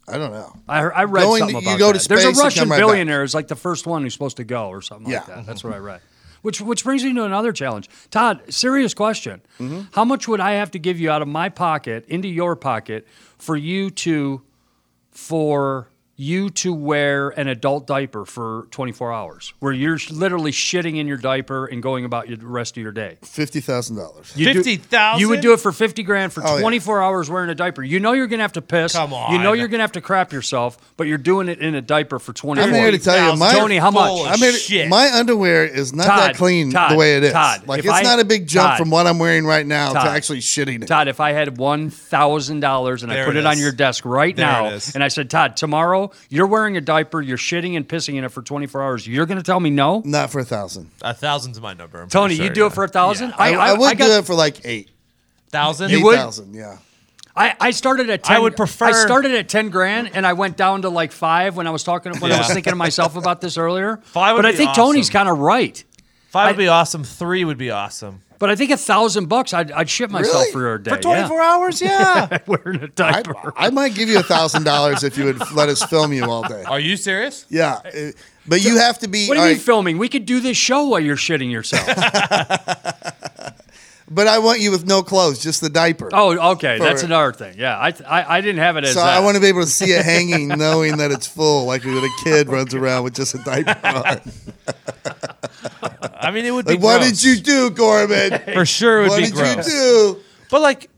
I don't know.
I, heard, I read
Going
something
to-
about
you go to
that. There's
space
a
and
Russian
come right back.
billionaire is like the first one who's supposed to go or something like
Yeah. Mm-hmm.
that. That's what I read. Which which brings me to another challenge, Todd. Serious question:
Mm-hmm.
How much would I have to give you out of my pocket into your pocket for you to for you to wear an adult diaper for 24 hours, where you're sh- literally shitting in your diaper and going about your, the rest of your day?
Fifty thousand dollars.
You do-
50,000?
You would do it for fifty grand for
Oh, yeah.
24 hours wearing a diaper. You know you're gonna have to piss.
Come
You know
on.
you're gonna have to crap yourself, but you're doing it in a diaper for 24.
I'm here to tell you, my
Tony, how much?
Full of
I'm here to-
shit.
my underwear is not
Todd,
that clean
Todd,
the way it is.
Todd,
like
if
it's
I-
not a big jump
Todd,
from what I'm wearing right now
Todd,
to actually shitting it.
Todd, if I had one thousand dollars and I
There
put
it
it, on
is.
your desk right
There
now,
it is.
and I said, Todd, tomorrow you're wearing a diaper, you're shitting and pissing in it for 24 hours, you're gonna tell me no?
Not for a thousand.
a thousand's my number. I'm
Tony,
pretty
you
sure,
do
yeah.
it for a thousand?
I, I, would
got-
do it for like eight.
thousand.
You
Eight
would?
thousand, yeah.
I, I started at 10,
I would prefer-
I started at ten grand, and I went down to like five when I was talking. When I was
Yeah.
thinking to myself about this earlier.
Five would
but I
be
think Tony's
awesome.
kind of right.
Five would be awesome. Three would be awesome.
But I think a thousand bucks, I'd, I'd shit myself
Really?
for a day
For 24 hours? Yeah.
yeah. wearing a
I,
diaper.
I might give you a thousand dollars if you would let us film you all day.
Are you serious?
Yeah. it- But you have to be.
What do you
all
mean
right,
filming? We could do this show while you're shitting yourself.
but I want you with no clothes, just the diaper.
oh, okay, that's
For-
another thing. Yeah, I, I, I didn't have it as
So
that.
I want to be able to see it hanging, knowing that it's full, like when a kid runs around with just a diaper on.
I mean, it would be.
Like, what
gross.
did you do, Gorman?
For sure, it would
What
be
did you
gross.
do?
But like,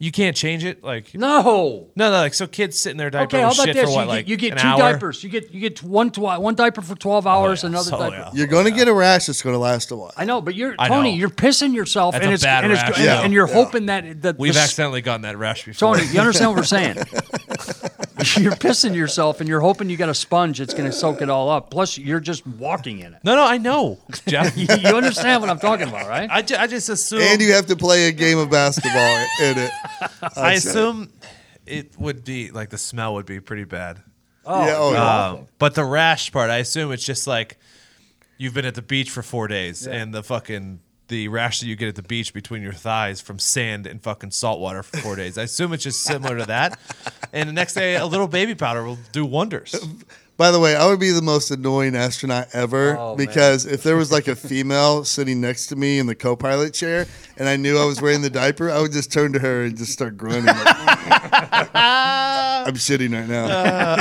you can't change it. Like, no, no,
no.
like so, kids sit in their diaper
Okay, how
with
about
shit
this?
for
You
what,
get,
like
you get
an
two
hour? Oh,
diapers. You get you get one twi- one diaper for twelve hours,
yeah.
another
So,
diaper.
yeah.
You're gonna get a rash that's gonna last a while.
I know, but you're
I
Tony.
know.
You're pissing yourself,
That's
and
a
it's
bad
and, it's,
rash,
and,
though.
and you're
Yeah.
hoping that the,
We've
the, s-
accidentally gotten that rash before.
Tony, you understand what we're saying? you're pissing yourself, and you're hoping you got a sponge that's going to soak it all up. Plus, you're just walking in it.
No, no, I know, Jeff.
You you understand what I'm talking about, right?
I, ju- I just assume.
And you have to play a game of basketball in it.
I assume it would be like the smell would be pretty bad.
Oh, yeah, oh, yeah.
Um, but the rash part, I assume it's just like you've been at the beach for four days and the fucking the rash that you get at the beach between your thighs from sand and fucking salt water for four days. I assume it's just similar to that. And the next day, a little baby powder will do wonders.
By the way, I would be the most annoying astronaut ever
Oh,
because if there was like a female sitting next to me in the co-pilot chair and I knew I was wearing the diaper, I would just turn to her and just start grunting. like, I'm shitting right now.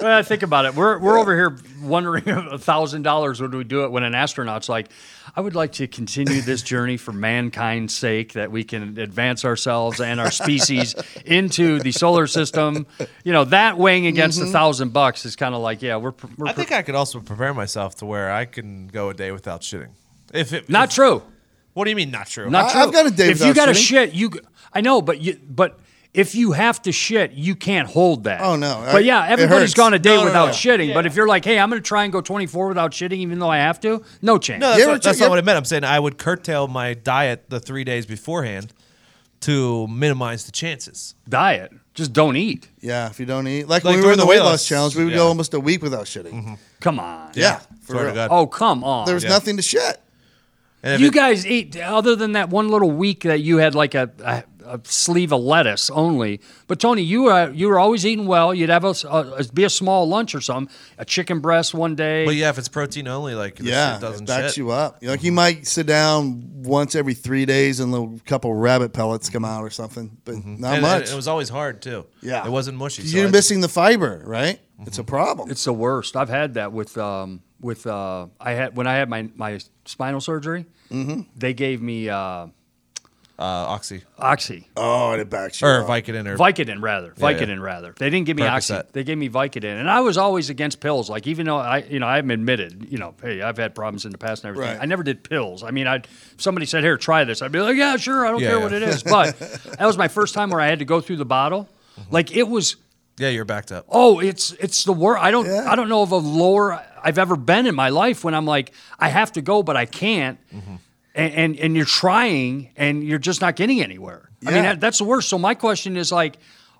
Well, think about it. We're we're over here wondering a thousand dollars. Would we do it when an astronaut's like, I would like to continue this journey for mankind's sake, that we can advance ourselves and our species into the solar system. You know, that weighing against a thousand bucks is kind of like, yeah, we're, pr- we're
Mm-hmm. I
pr-
think I could also prepare myself to where I can go a day without shitting. If it
not
if-
true.
What do you mean not true?
Not
I-
true.
I've got a day
If you
without
got to
shitting.
shit, you. g- I know, but you but. If you have to shit, you can't hold that.
Oh, no. I-
But yeah,
it
everybody's
hurts.
gone a day
No, no,
without
no.
shitting. But if you're like, hey, I'm going to try and go 24 without shitting, even though I have to, no chance.
No,
You
that's,
ever
not, that's
tr- you
not what
ever-
I meant. I'm saying I would curtail my diet the three days beforehand to minimize the chances.
diet. Just don't eat.
Yeah, if you don't eat, like,
Like
when we were
during
in the
the
weight
weight
loss
loss,
challenge, we would
yeah. Mm-hmm.
go almost a week without shitting.
Come on.
Yeah, for
Swear to
real.
God.
Oh, come on.
There was
Yeah.
nothing to shit.
And if
you
it-
guys ate other than that one little week that you had like a, a, a sleeve of lettuce only. But Tony, you were you were always eating well. You'd have a, s- a- be a small lunch or something, a chicken breast one day.
But yeah, if it's protein only, like this
Yeah,
shit doesn't
it backs
shit. Mm-hmm.
you up. Like you might sit down once every three days and a couple rabbit pellets come out or something, but not
Mm-hmm. And-
much.
and it was always hard too.
Yeah.
it wasn't mushy. so
You're
I- Mm-hmm.
missing the fiber, right? It's a problem.
It's the worst. I've had that with um, with uh, I had when I had my my spinal surgery.
Mm-hmm.
They gave me uh,
uh, oxy
oxy.
oh, and it backs you
or
up.
Vicodin or
Vicodin rather.
Yeah,
Vicodin
yeah.
rather. They didn't give me Oxy.
Percocet.
They gave me Vicodin, and I was always against pills. Like even though I, you know, I haven't admitted, you know, hey, I've had problems in the past and everything.
Right.
I never did pills. I mean, I somebody said here, try this. I'd be like, yeah, sure, I don't
Yeah,
care
yeah.
what it is. But that was my first time where I had to go through the bottle.
Mm-hmm.
Like it was.
yeah, you're backed up.
Oh, it's it's the worst. I don't
Yeah.
I don't know of a lower I've ever been in my life when I'm like I have to go but I can't,
Mm-hmm.
and, and and you're trying and you're just not getting anywhere. I mean
Yeah.
that, that's the worst. So my question is like,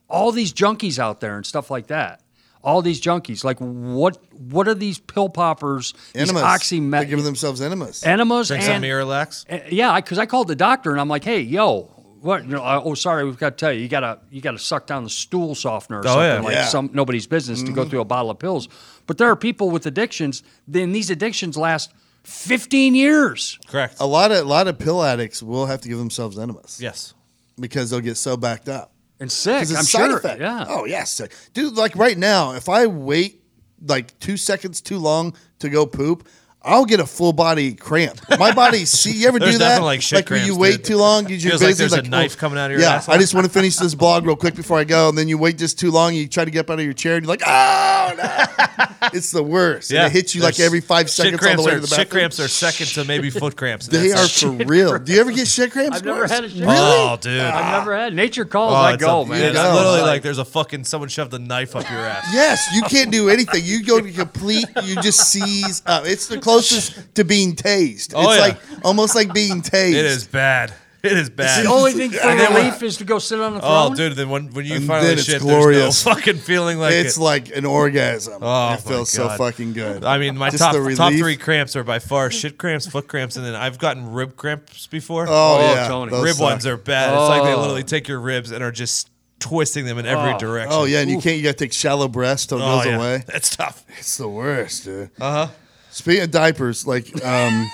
all these junkies out there and stuff like that. All these junkies, like what? What are these pill poppers?
enemas.
These
They're giving
oxymet-
themselves enemas.
enemas,
Drink
and
some Miralax.
uh, yeah, because I called the doctor and I'm like, hey, yo, what? You know, uh, oh, sorry, we've got to tell you, you gotta, you gotta suck down the stool softener or something
Oh, yeah.
like
Yeah. Mm-hmm.
some nobody's business to go through a bottle of pills. But there are people with addictions. Then these addictions last 15 years.
Correct.
a lot of a lot of pill addicts will have to give themselves enemas.
yes.
because they'll get so backed up.
And sick,
Because
I'm
it's a side
sure.
effect.
Yeah.
Oh yeah, sick. dude. Like right now, if I wait like two seconds too long to go poop, I'll get a full body cramp. My body. see, you ever
There's
do that?
nothing like shit
when you
cramps,
wait
dude.
too long, you just
Feels like there's a knife coming out of your
oh, Yeah,
asshole.
I just want to finish this blog real quick before I go, and then you wait just too long. You try to get up out of your chair, and you're like, oh no. It's the worst.
Yeah,
And it hits you like
There's-
every five
shit
seconds on the
cramps
way
are-
to the bathroom.
Shit cramps are second to maybe foot cramps. and
They are
that's
for real. Do you ever get shit cramps?
I've never
Morris?
had a shit
it.
cramp.
Oh, dude.
I've never had nature calls.
Oh,
I
it's
go,
a-
man.
It's
go.
literally like there's a fucking someone shoved a knife up your ass.
Yes, you can't do anything. You go to complete. You just seize up. It's the closest to being tased.
Oh,
it's
yeah.
like almost like being tased.
It is bad. It is bad.
the only thing for
And then when-
relief is to go sit on the
Oh,
throne.
dude! Then when when you
And
finally
then it's
shit,
glorious.
there's no fucking feeling like
It's
it.
like an orgasm.
Oh,
it feels
my
so
God.
fucking good.
I mean, my
Just
top
the
top
relief.
three cramps are by far shit cramps, foot cramps, and then I've gotten rib cramps before.
Oh,
Oh,
yeah,
Tony.
those
rib
suck.
ones are bad. It's like they
Oh.
literally take your ribs and are just twisting them in every
Oh.
direction.
Oh yeah, and you can't. You got to take shallow breaths till it
Oh,
goes
yeah. Uh-huh.
away.
That's tough.
It's the worst, dude. Uh huh. Speaking of diapers, like um,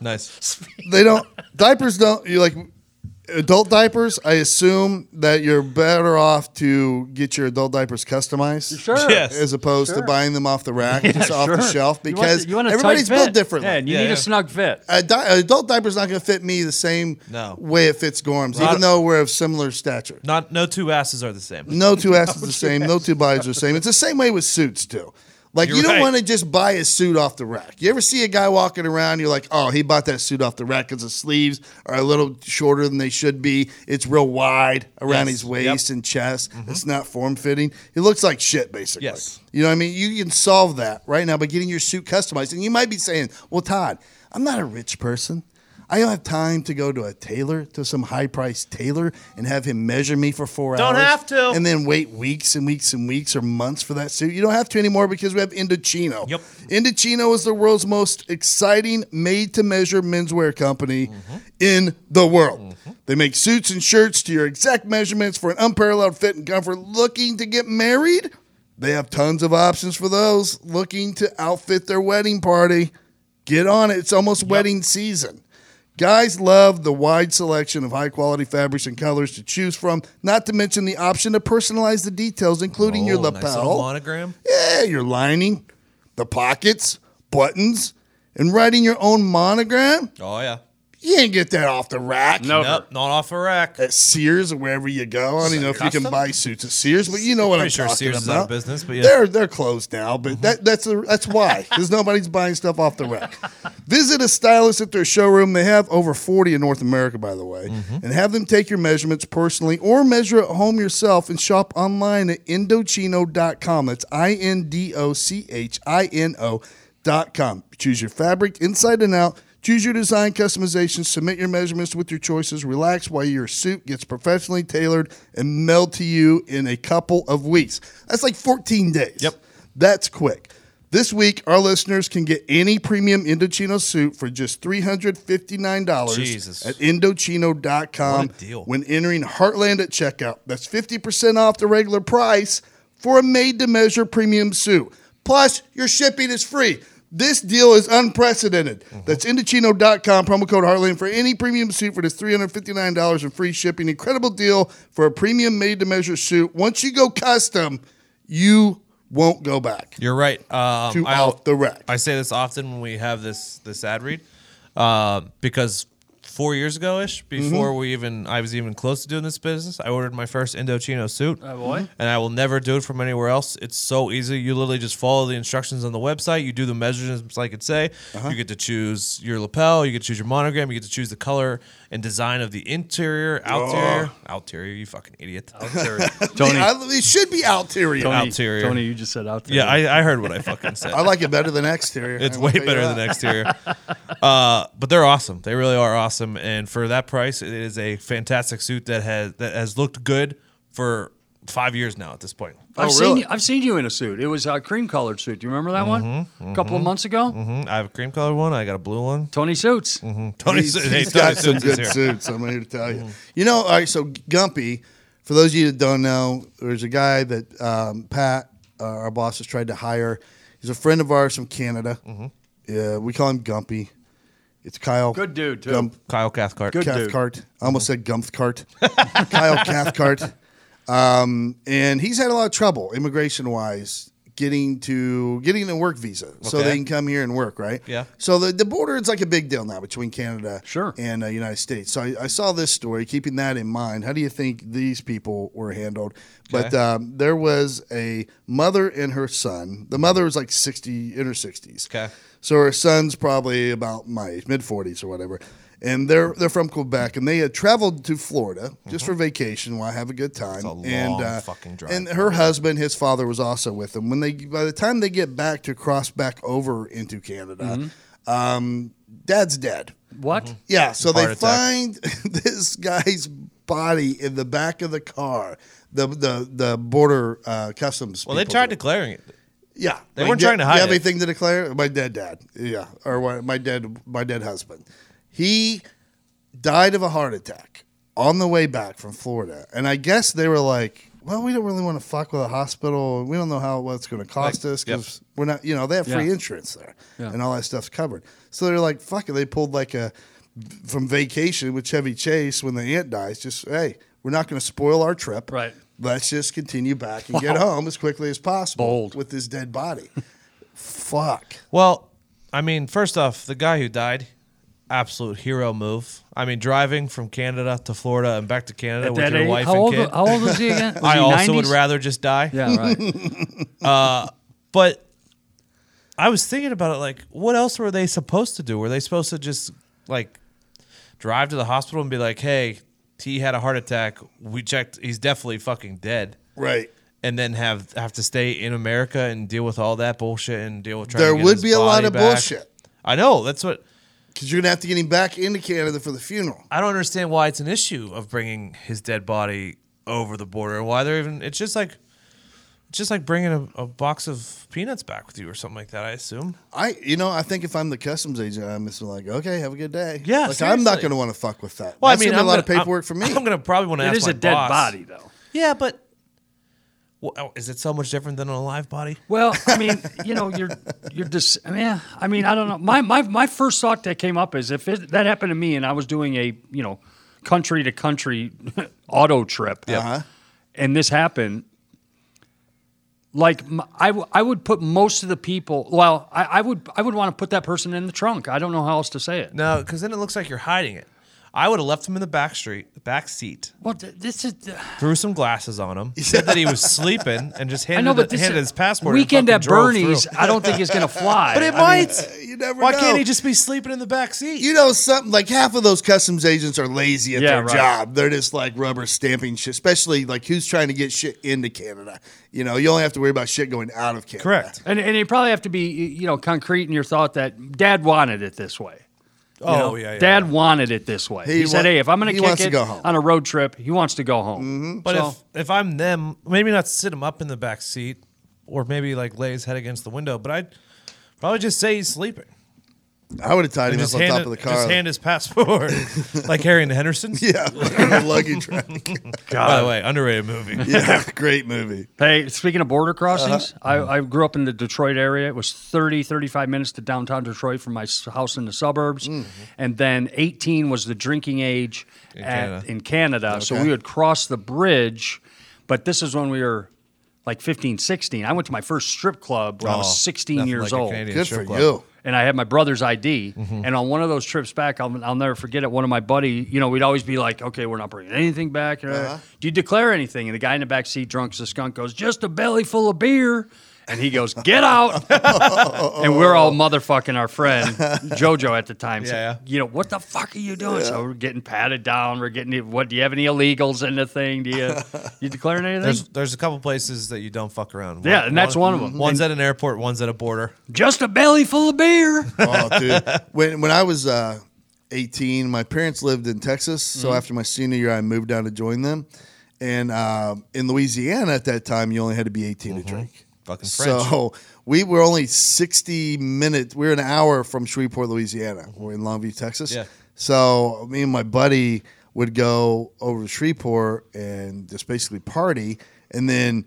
Nice.
they don't diapers don't you like adult diapers. I assume that you're better off to get your adult diapers customized.
Sure.
Yes.
As opposed to
Sure.
buying them off the rack, just off the
Sure.
shelf,
You want
because
the- you want a tight
everybody's built
fit.
differently.
Yeah, and you
Yeah,
need
yeah.
a snug fit.
a di- an adult diaper's not going to fit me the same
No.
way it fits Gorm's,
Not-
even though we're of similar stature.
Not no two asses are the same.
No two asses the same. No two bodies are the same. It's the same way with suits too. Like
You're
you don't
right.
want to just buy a suit off the rack. You ever see a guy walking around? You're like, oh, he bought that suit off the rack because the sleeves are a little shorter than they should be. It's real wide around
Yes. Mm-hmm.
his waist and chest. It's not form fitting. He looks like shit basically.
Yes.
You know what I mean? You can solve that right now by getting your suit customized. And you might be saying, well, Todd, I'm not a rich person. I don't have time to go to a tailor, to some high priced tailor, and have him measure me for four
Don't
hours
have to.
And then wait weeks and weeks and weeks or months for that suit. You don't have to anymore because we have Indochino.
Yep.
Indochino is the world's most exciting made to measure menswear company in the world. They make suits and shirts to your exact measurements for an unparalleled fit and comfort. Looking to get married? They have tons of options for those looking to outfit their wedding party. Get on it. It's almost wedding season. Guys love the wide selection of high quality fabrics and colors to choose from, not to mention the option to personalize the details, including your
Oh, nice little
lapel.
monogram.
Yeah, your lining, the pockets, buttons, and writing your own monogram.
Oh yeah.
You ain't get that off the rack.
No.
Nope, not off a rack.
At Sears or wherever you go. I don't even know if you can
custom?
buy suits at Sears, but you know what I'm
Pretty sure
talking
Sears is
about.
out of business, but yeah. Mm-hmm.
They're they're closed now, but that that's the that's why because nobody's buying stuff off the rack. Visit a stylist at their showroom. They have over forty in North America, by the way,
Mm-hmm.
and have them take your measurements personally or measure at home yourself and shop online at Indochino.com. That's I N D O C H I N O. Dot com. Choose your fabric inside and out. Choose your design customization. Submit your measurements with your choices. Relax while your suit gets professionally tailored and mailed to you in a couple of weeks. That's like 14 days.
Yep.
That's quick. This week, our listeners can get any premium Indochino suit for just $359
Jesus.
at Indochino.com
What a deal.
when entering Heartland at checkout. That's 50% off the regular price for a made to measure premium suit. Plus, your shipping is free. This deal is unprecedented.
Mm-hmm.
That's Indochino.com, promo code Heartland for any premium suit for just $359 and free shipping. Incredible deal for a premium made to measure suit. Once you go custom, you won't go back
You're right. Um,
to
I-
off the rack.
I say this often when we have this this ad read, um, because four years ago ish,
Mm-hmm.
before we even I was even close to doing this business, I ordered my first Indochino suit.
boy.
And I will never do it from anywhere else. It's so easy. You literally just follow the instructions on the website. You do the measurements, like it say.
Uh-huh.
You get to choose your lapel. You get to choose your monogram. You get to choose the color and design of the interior,
Oh.
outerior, outerior. You fucking idiot. Outerior.
Tony,
I- it should be ulterior.
Tony,
Outerior.
Tony, you just said out there.
yeah, I, I heard what I fucking said.
I like it better than exterior.
It's
I
way
will tell you
better
that.
than exterior. uh, but they're awesome. They really are awesome. And for that price, it is a fantastic suit that has that has looked good for five years now at this point.
I've
Oh,
seen
really?
you, I've seen you in a suit. It was a cream colored suit. Do you remember
Mm-hmm,
that one? A couple of months ago.
Mhm. I have a cream colored one. I got a blue one.
Tony suits.
Tony,
He's-
Su- hey,
he's
Tony
got some
Suits is
good
here.
suits. I'm here to tell you. You know, all right. So Gumpy, for those of you that don't know, there's a guy that um, Pat, uh, our boss, has tried to hire. He's a friend of ours from Canada. Yeah, we call him Gumpy. It's Kyle.
Good dude, too.
Gump-
Kyle Cathcart.
Good dude.
Cathcart. I almost said Gumpthcart. Kyle Cathcart. Um, and he's had a lot of trouble immigration wise getting to getting a work visa so
Okay.
they can come here and work, right?
Yeah.
So the, the border is like a big deal now between Canada
Sure.
and the uh, United States. So I, I saw this story, keeping that in mind. How do you think these people were handled? But
Okay.
um, there was a mother and her son. The mother was like 60, in her 60s.
Okay.
So her son's probably about my age, mid forties or whatever, and they're they're from Quebec, and they had traveled to Florida just for vacation, while have a good time.
Mm-hmm. a long
and uh,
fucking drive.
And her husband, his father, was also with them. When they by the time they get back to cross back over into Canada,
Mm-hmm.
um, dad's dead.
What?
Yeah, so they
Heart attack.
find this guy's body in the back of the car. The the the border uh, customs.
Well, they
people
tried
do.
declaring it.
Yeah,
They
My
weren't
dad-
trying to
You
hide
have
it.
anything to declare? My dead dad. Yeah, or wha- my dead my dead husband. He died of a heart attack on the way back from Florida, and I guess they were like, "Well, we don't really want to fuck with a hospital. We don't know how what's going to cost
Like,
us because we're not, you know, they have free
Yeah.
insurance there, and all that stuff's covered." So they're like, "Fuck it." They pulled like a from vacation with Chevy Chase when the aunt dies. Just hey, we're not going to spoil our trip.
Right.
Let's just continue back and get home as quickly as possible
Bold.
with this dead body. Fuck.
Well, I mean, first off, the guy who died, absolute hero move. I mean, driving from Canada to Florida and back to Canada with your
age-
wife
how
and
old?
kid.
How old was he again? Was
I
he
also
90s?
would rather just die.
Yeah, right.
But I was thinking about it like, what else were they supposed to do? Were they supposed to just like drive to the hospital and be like, hey, T had a heart attack. We checked. He's definitely fucking dead.
Right.
And then have have to stay in America and deal with all that bullshit and deal with trying.
There
to get
would
his
be a lot
body
of
back.
bullshit.
I know. That's what
Because you're going to have to get him back into Canada for the funeral.
I don't understand why it's an issue of bringing his dead body over the border. Why they're even? It's just like, it's just like bringing a, a box of peanuts back with you or something like that. I assume.
I, you know, I think if I'm the customs agent, I'm just like, okay, have a good day.
Yeah,
like I'm not
seriously.
going to want to fuck with that.
Well,
That's
I mean,
gonna
I'm
be a lot
gonna-
of paperwork
I'm-
for me.
I'm gonna probably want to
it
ask
is
my
a dead
boss.
body, though.
Yeah, but well, oh, is it so much different than a live body?
Well, I mean, you know, you're you're just. I mean, yeah, I mean, I don't know. My my my first thought that came up is if it, that happened to me and I was doing a you know country to country auto trip,
Uh-huh.
and this happened. Like m- I, w- I would put most of the people. Well, I, I would I would want to put that person in the trunk. I don't know how else to say it.
No, because then it looks like you're hiding it. I would have left him in the back street, back seat,
Well, th- this is.
threw some glasses on him, said that he was sleeping, and just handed,
I know, but
it-
this
handed
is-
his passport. and
Weekend
fucking
at
drove through.
Bernie's. I don't think is going to fly.
but it
I mean,
might.
you never
Why
know.
can't he just be sleeping in the back seat?
You know, something like half of those customs agents are lazy at
Yeah,
their
right.
job. They're just like rubber stamping shit, especially like who's trying to get shit into Canada. You know, you only have to worry about shit going out of Canada.
Correct.
And and you probably have to be you know concrete in your thought that Dad wanted it this way.
Oh
you know? Dad wanted it this way. He,
He
said,
wa-
"Hey, if I'm
he
going to kick
wants to
it
go home."
on a road trip, he wants to go home."
But
So-
if if I'm them, maybe not sit him up in the back seat, or maybe like lay his head against the window. But I'd probably just say he's sleeping.
I would have tied
And
him up
just
on
hand,
top
it-
of the car.
just hand his passport, like Harry and the Hendersons.
yeah, like a luggage rack.
By the way, underrated movie.
Yeah, great movie.
hey, speaking of border crossings,
Uh-huh.
I, I grew up in the Detroit area. It was 30, 35 minutes to downtown Detroit from my s- house in the suburbs,
Mm-hmm.
and then 18 was the drinking age in
Canada.
Canada. In Canada. So
Okay.
we would cross the bridge, but this is when we were. Like 15, 16. I went to my first strip club when I
Oh,
was 16
nothing
years
like a
old.
Canadian
Good
strip
for
club.
you.
and I had my brother's ID. And on one of those trips back, I'll, I'll never forget it. One of my buddy, you know, we'd always be like, "Okay, we're not bringing anything back." Uh, Do you declare anything? And the guy in the back seat, drunk as a skunk, goes, "Just a belly full of beer." And he goes, "Get out!" and we're all motherfucking our friend JoJo at the time. said,
Yeah.
You know what the fuck are you doing? So we're getting patted down. We're getting what? Do you have any illegals in the thing? Do you you declaring anything?
There's there's a couple places that you don't fuck around.
Yeah, and that's one of 'em.
One's at an airport, one's at a border.
Just a belly full of beer.
Oh, dude. When when I was uh, 18, my parents lived in Texas. So
Mm-hmm.
after my senior year, I moved down to join them. And um in Louisiana at that time, you only had to be 18
Mm-hmm.
to drink.
Fucking French.
So we were only 60 minutes, we were an hour from Shreveport, Louisiana. We're in Longview, Texas.
Yeah.
So me and my buddy would go over to Shreveport and just basically party. And then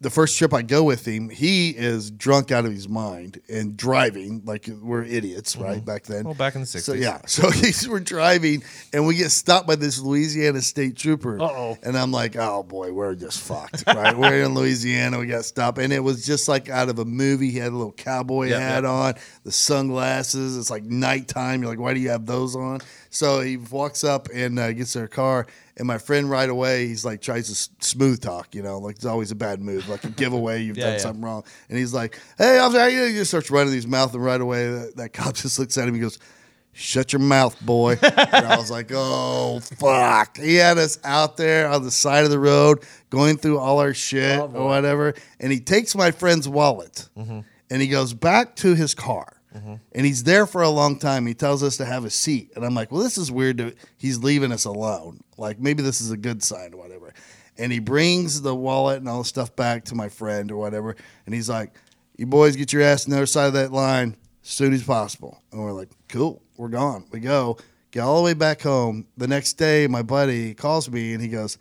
the first trip I go with him, he is drunk out of his mind and driving like we're idiots, right? Back then.
Mm-hmm. Well, back in the
So
60s.
yeah, so he's, we're driving and we get stopped by this Louisiana state trooper.
Uh-oh.
And I'm like, oh boy, we're just fucked, right? we're in Louisiana, we got stopped, and it was just like out of a movie. He had a little cowboy
Yep,
hat
yep.
on, the sunglasses. It's like nighttime. You're like, why do you have those on? So he walks up and uh, gets their car. And my friend right away, he's like, tries to s- smooth talk, you know, like it's always a bad move, like a giveaway, you've
Yeah,
done
yeah.
something wrong. And he's like, hey, officer, how you doing?" He just starts running his mouth. And right away, that, that cop just looks at him and goes, shut your mouth, boy. and I was like, oh, fuck. He had us out there on the side of the road going through all our
Oh,
shit or whatever. And he takes my friend's wallet
Mm-hmm.
and he goes back to his car. And he's there for a long time. He tells us to have a seat. And I'm like, well, this is weird. To, he's leaving us alone. Like, maybe this is a good sign or whatever. And he brings the wallet and all the stuff back to my friend or whatever. And he's like, you boys get your ass on the other side of that line as soon as possible. And we're like, cool, we're gone. We go. Get all the way back home. The next day, my buddy calls me and he goes,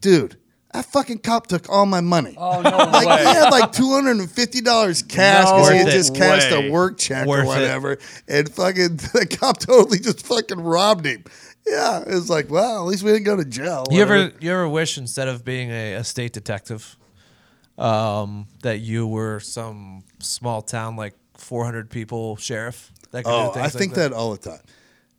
"Dude, that fucking cop took all my money."
Oh no
like he
way!
had like two hundred and fifty dollars cash because
No
he had
Worth it.
just cashed a
way.
work check
Worth
or
it.
whatever, and fucking the cop totally just fucking robbed him. Yeah, it was like, well, at least we didn't go to jail.
You
whatever.
ever you ever wish instead of being a, a state detective, um, that you were some small town like 400 people sheriff? That could
Oh,
do
I
things like
think that. all the time.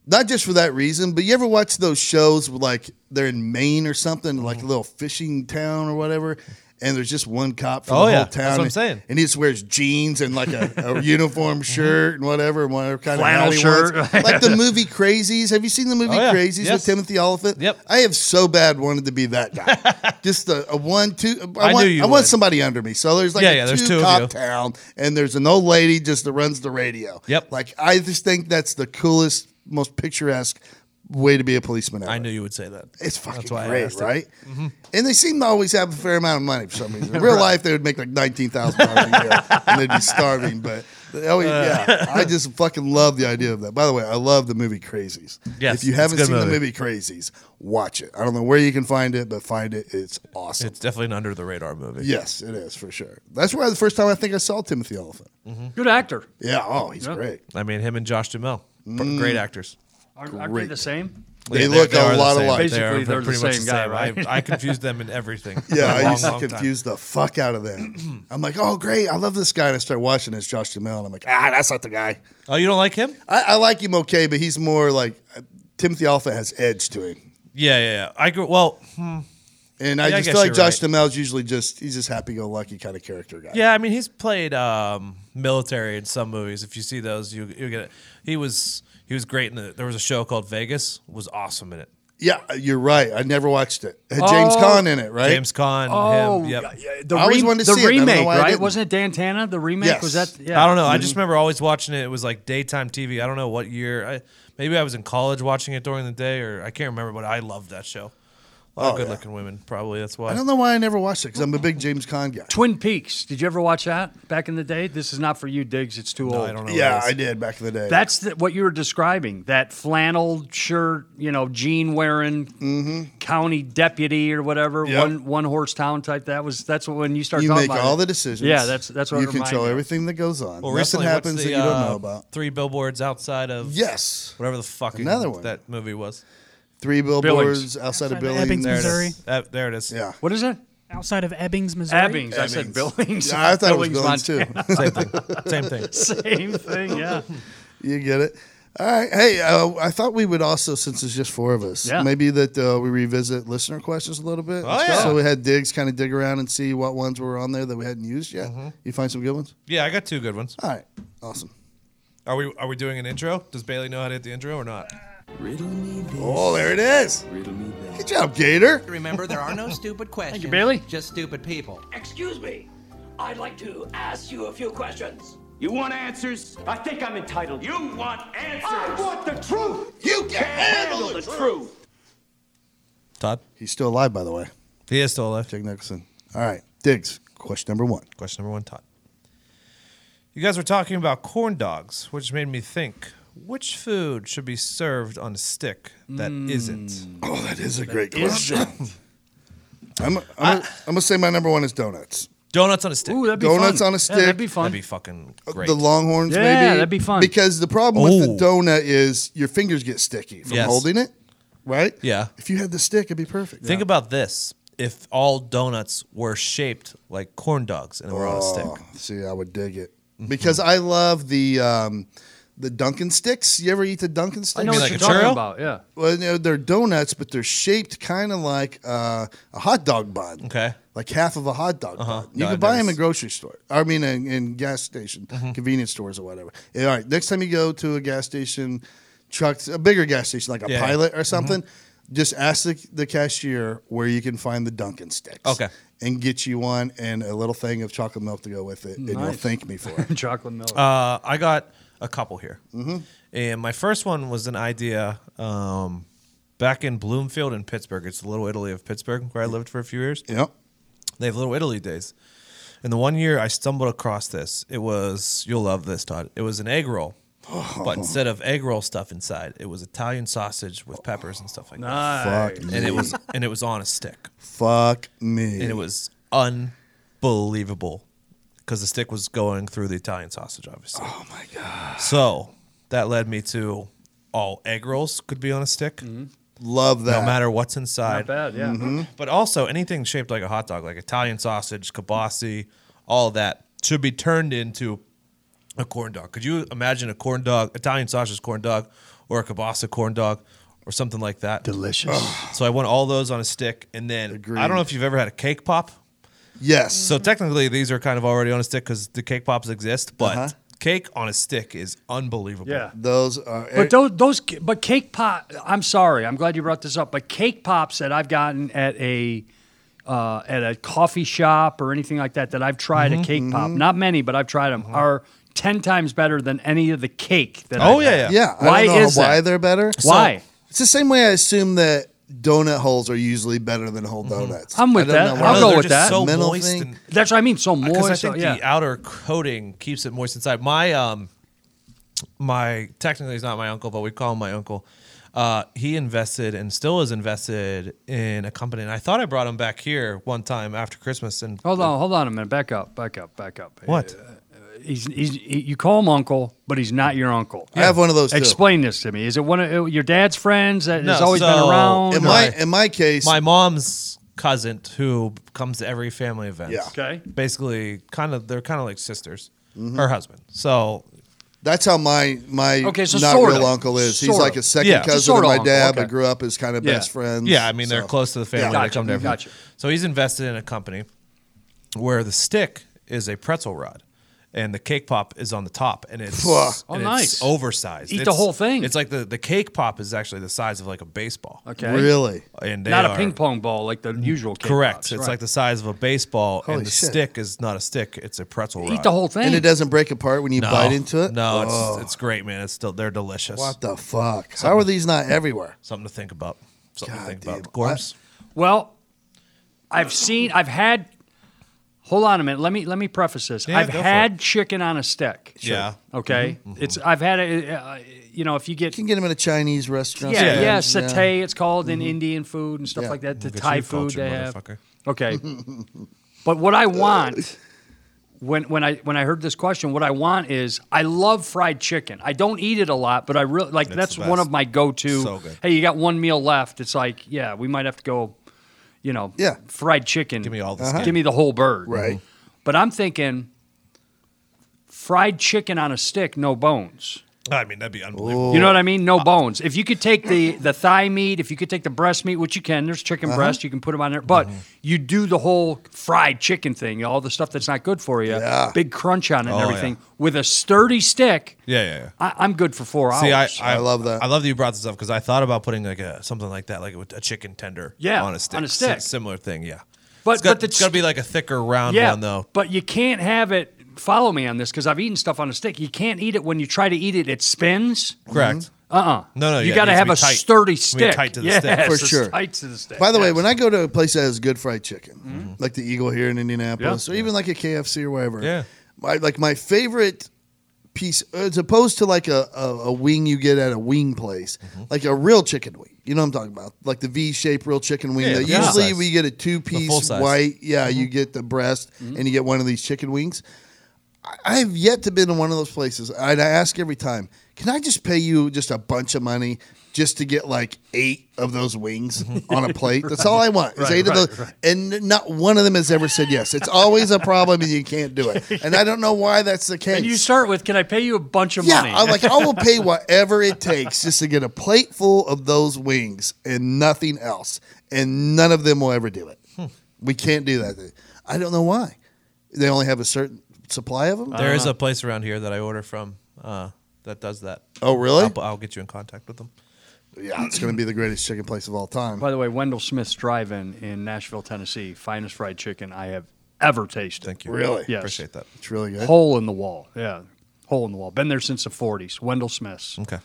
Not just for that reason, but you ever watch those shows where, like they're in Maine or something, like a
Mm-hmm.
little fishing town or whatever, and there's just one cop for
Oh,
the
yeah.
whole
That's
town.
what I'm
and-
saying. Mm-hmm.
And he just wears jeans and like a, a uniform shirt and whatever, and whatever kind
Flannel
of hat he
shirt.
wants. like the movie Crazies. Have you seen the movie
Oh, yeah.
Crazies with
Yes.
Timothy Oliphant?
Yep.
I have so bad wanted to be that guy. just a, a one, two. I,
I
want,
knew you
I want
would.
somebody under me. So there's like
Yeah,
a
yeah, there's two
two
of
cop
you.
town, and there's an old lady just that runs the radio.
Yep.
Like I just think that's the coolest, most picturesque way to be a policeman. Ever.
I knew you would say that.
It's fucking
That's why I
great,
asked it. Mm-hmm.
right? And they seem to always have a fair amount of money for some reason. In real life, they would make like nineteen thousand dollars a year, and they'd be starving. But they always,
Uh.
yeah, I just fucking love the idea of that. By the way, I love the movie Crazies.
Yes,
if you
it's a
haven't
good
seen the
movie.
movie Crazies, watch it. I don't know where you can find it, but find it. It's awesome.
It's definitely an under the radar movie.
yes, it is for sure. That's where the first time I think I saw Timothy Oliphant.
Good actor.
Yeah, oh, he's great.
I mean, him and Josh Duhamel, pr- great
Mm.
actors.
Aren't, aren't they
Great.
the same?
They
Yeah,
look
they are
a
the
lot
same.
alike.
They are-
Basically, they're the
pretty much
same guy, right?
I, I confuse them in everything. for
Yeah,
a
I
long,
used to
long time.
confuse the fuck out of them. I'm like, oh great, I love this guy, and I start watching this Josh Duhamel, and I'm like, ah, that's not the guy.
Oh, you don't like him?
I, I like him okay, but he's more like uh, Timothy Alpha has edge to him,
Yeah, yeah, yeah. I grew well.
and I
Yeah, I
just
guess
feel like
you're
Josh
right.
Duhamel's usually just he's just happy-go-lucky kind of character guy.
Yeah, I mean, he's played um, military in some movies. If you see those, you you get it. He was he was great in the. There was a show called Vegas. Was awesome in it.
yeah, uh, you're right. I never watched it. It had James
Oh.
Caan in it, right?
James Caan.
Oh,
him. Yep.
yeah, yeah, the,
I always wanted to
the
see it, and I don't know
remake,
why I
right?
didn't.
Wasn't it Dantana? The remake was
Yes.
that? Yeah,
I don't know. I just remember always watching it. It was like daytime TV. I don't know what year. I, maybe I was in college watching it during the day, or I can't remember. But I loved that show. A lot
Oh,
of
yeah.
good-looking women, probably. That's why.
I don't know why I never watched it because I'm a big James Caan guy.
Twin Peaks. Did you ever watch that back in the day? This is not for you, Diggs. It's too
No,
old.
I don't know.
Yeah,
what it
I
is.
did back in the day.
That's the, what you were describing. That flannel shirt, you know, jean wearing county deputy or whatever,
Mm-hmm. Yep.
one one horse town type. That was that's what when you start
you
talking
make
about
all
it.
the decisions.
Yeah, that's- that's what it
you control
reminded me.
everything that goes on.
Well,
Nothing
recently,
happens
what's
that
the,
you don't
uh,
know about.
Three billboards outside of
Yes.
whatever the fuck
Another one.
that movie was.
Three billboards outside of
Outside of
Billings.
Ebbing,
There
Missouri.
it is. Uh, there it is.
Yeah.
What is it?
outside of Ebbings, Missouri.
Abbings. I said Billings.
Yeah, I thought it was Billings
Billings,
too.
Same thing. Same thing.
Montana. Same thing. Yeah.
You get it. All right. Hey, uh, I thought we would also, since it's just four of us,
Yeah.
maybe that uh, we revisit listener questions a little bit.
Oh, yeah.
So we had digs kind of dig around and see what ones were on there that we hadn't used yet.
Mm-hmm.
You find some good ones?
Yeah, I got two good ones.
All right. Awesome.
Are we are we doing an intro? Does Bailey know how to hit the intro or not?
Riddle me this.
Oh, there it is.
Riddle me that.
Good job, Gator.
Remember, there are no stupid questions.
Bailey.
Just stupid people.
Excuse me. I'd like to ask you a few questions.
You want answers? I think I'm entitled. You want answers? I want the truth.
You can handle
the truth.
Todd,
He's still alive, by the way.
he is still alive.
Jake Nicholson. All right. Diggs, question number one.
Question number one, Todd. You guys were talking about corn dogs, which made me think: which food should be served on a stick that
Mm.
not
Oh, that is a great question. I'm, I'm, I'm going to say my number one is donuts.
Donuts on a stick.
Ooh, that'd be
Donuts
fun.
on a
Yeah,
stick.
that'd be fun.
That'd be fucking great.
Uh, The Longhorns,
Yeah,
maybe.
that'd be fun.
Because the problem with the
Oh.
donut is your fingers get sticky from
Yes.
holding it, right?
Yeah.
If you had the stick, it'd be perfect.
Think about this: if all donuts were shaped like corn dogs and were on a stick. Mm-hmm.
Oh, see, I would dig it because I love the um, the Dunkin' sticks. You ever eat the Dunkin' sticks?
I know
mean
what
like
you're
a
talking
churro?
about. Yeah.
Well, you know, they're donuts, but they're shaped kind of like uh, a hot dog bun.
Okay. Uh-huh.
Like half of a hot dog bun. You
No,
can
I've
buy
never
them in
s- Mm-hmm.
grocery store. I mean, in, in gas station, convenience stores or whatever. Yeah, All right. Next time you go to a gas station, truck, a bigger gas station like a
Yeah. Mm-hmm.
Pilot or something, just ask the, the cashier where you can find the Dunkin' sticks.
Okay.
And get you one and a little thing of chocolate milk to go with it, and you'll
Nice.
thank me for it.
Chocolate milk.
Uh, I got a couple here. And my first one was an idea um, back in Bloomfield in Pittsburgh. It's the Little Italy of Pittsburgh, where I lived for a few years.
yep.
They have Little Italy days. And the one year I stumbled across this, it was, you'll love this, Todd. It was an egg roll But instead of egg roll stuff inside, it was Italian sausage with peppers and stuff like
Fuck
that.
me.
And it was and it was on a stick.
Fuck me.
And it was unbelievable because the stick was going through the Italian sausage, obviously.
Oh my
Ah.
god.
So that led me to all egg rolls could be on a stick,
Love that.
no matter what's inside.
Mm-hmm. Not bad, yeah.
Mm-hmm.
But also anything shaped like a hot dog, like Italian sausage, kibasi, all that should be turned into a corn dog. Could you imagine a corn dog, Italian sausage corn dog, or a kibasa corn dog, or something like that?
Delicious.
So I want all those on a stick, and then I don't know if you've ever had a cake pop.
Yes.
So technically, these are kind of already on a stick because the cake pops exist, but.
Uh-huh.
Cake on a stick is unbelievable.
yeah.
those are
But those, those, but cake pop. I'm sorry. I'm glad you brought this up. But cake pops that I've gotten at a uh, at a coffee shop or anything like that that I've tried
Mm-hmm,
a cake pop. Not many, but I've tried them. Are ten times better than any of the cake that.
Oh,
I've
yeah,
had.
yeah.
yeah.
Why
I don't know
is
why
that?
they're better?
Why?
It's the same way I assume that donut holes are usually better than whole donuts.
I'm with
I don't
that.
know
I'll
why.
go
Mm-hmm. they're
with
just
that.
So
Mental
moist
thing.
and
That's what I mean. So
because
moist.
Uh, I think
so- yeah.
the outer coating keeps it moist inside. My um, my technically he's not my uncle, but we call him my uncle. Uh, he invested and still is invested in a company, and I thought I brought him back here one time after Christmas. And
hold on. Hold on a minute. Back up. Back up. Back up. Uh,
what?
He's, he's he, you call him uncle, but he's not your uncle.
I have one of those too.
Explain this to me. Is it one of uh, your dad's friends that has
No,
always
so-
been around?
In
or-
my in my case,
My mom's cousin who comes to every family event.
Yeah.
Okay.
Basically, kind of they're kind of like sisters.
Mm-hmm.
Her husband. So
that's how my my
Okay, so
not
sorta.
real uncle is. He's
Sorta.
like a second
Yeah.
cousin of
Sorta
my
uncle,
dad,
okay.
but grew up as kind of
Yeah.
best friends.
Yeah, I mean they're
so.
close to the family.
Yeah.
They come to
Gotcha,
everything.
gotcha.
So he's invested in a company where the stick is a pretzel rod, and the cake pop is on the top, and it's
Phew.
Oh,
and
nice.
it's oversized.
Eat the
It's-
whole thing.
It's like the the cake pop is actually the size of like a baseball.
Okay.
Really?
and they
Not a
are-
ping pong ball like the usual. cake
Correct.
pops,
it's
right.
like the size of a baseball,
Holy
and the
shit.
stick is not a stick; it's a pretzel rod.
eat the whole thing.
And it doesn't break apart when you
No.
bite into it.
No,
Oh,
it's it's great, man. It's still they're delicious.
what the fuck? How are these not everywhere?
Something to think about. Something
God
to think
damn.
about. Gorms.
Well, I've seen. I've had. Hold on a minute. Let me let me preface this.
Yeah,
I've
go for
had chicken on a stick.
Yeah. Mm-hmm.
Okay. It's. I've had it. Uh, you know, if you get.
You can get them at a Chinese restaurant.
Yeah, yeah,
Yeah.
satay. It's called in Indian food and stuff
Mm-hmm. Yeah.
like that. The
Look at
Thai
you,
food
cultured
they have.
motherfucker.
Okay. but what I want when when I when I heard this question, what I want is I love fried chicken. I don't eat it a lot, but I really like
It's
that's
the
one
best.
of my go-to.
So good.
Hey, you got one meal left. It's like, yeah, we might have to go, you know,
Yeah. Uh-huh.
fried chicken.
Give me all the skin.
Give me the whole bird.
Right.
But I'm thinking fried chicken on a stick, no bones.
I mean, that'd be unbelievable.
You know what I mean?
uh,
No bones. If you could take the the thigh meat, if you could take the breast meat, which you can, there's chicken
Uh-huh.
breast, you can put them on there. But you do the whole fried chicken thing, all the stuff that's not good for you,
Yeah.
big crunch on it and
Oh,
everything,
yeah.
with a sturdy stick.
Yeah, yeah, yeah.
I, I'm good for four
See, I,
hours.
I
I love that.
I love that you brought this up because I thought about putting like a something like that, like with a chicken tender,
Yeah,
on a stick,
on a
Si-
stick.
similar thing, yeah.
But-
it's got,
but the
it's got to be like a thicker round
yeah,
one though.
but you can't have it. Follow me on this because I've eaten stuff on a stick. You can't eat it when you try to eat it; it spins.
Correct.
Mm-hmm.
Uh uh
No, no,
You
yeah, it
got to
needs to
have
be
a
tight.
sturdy
Needs to be
stick.
tight to the
yes,
stick. For
it's
sure.
Tight to the stick.
By the way,
yes.
when I go to a place that has good fried chicken,
Mm-hmm.
like the Eagle here in Indianapolis, or even like a KFC or whatever,
Yeah.
my, like my favorite piece, as opposed to like a, a, a wing you get at a wing place,
Mm-hmm.
like a real chicken wing. You know what I'm talking about? Like the V-shaped real chicken wing.
Yeah,
that
the full
usually
size.
we get a
full
two-piece
size. Mm-hmm.
white. Yeah, you get the breast and you get one of these chicken wings. I- I've yet to been in one of those places. And I ask every time, can I just pay you just a bunch of money just to get like eight of those wings on a plate? That's all I want. Is eight of those. And not one of them has ever said yes. It's always a problem and you can't do it. And I don't know why that's the case.
and you start with, "Can I pay you a bunch of
yeah,
money?"
I'm like, I will pay whatever it takes just to get a plate full of those wings and nothing else. And none of them will ever do it.
Hmm.
We can't do that. I don't know why. They only have a certain supply of them.
There is a place around here that I order from uh, that does that.
Oh, really?
I'll, I'll get you in contact with them.
Yeah, it's going to be the greatest chicken place of all time.
By the way, Wendell Smith's Drive-In in Nashville, Tennessee, finest fried chicken I have ever tasted.
Thank you.
Really?
Yes.
Appreciate that.
It's really good.
Hole in the wall. Yeah, hole in the wall. Been there since the '40s. Wendell Smith's.
Okay.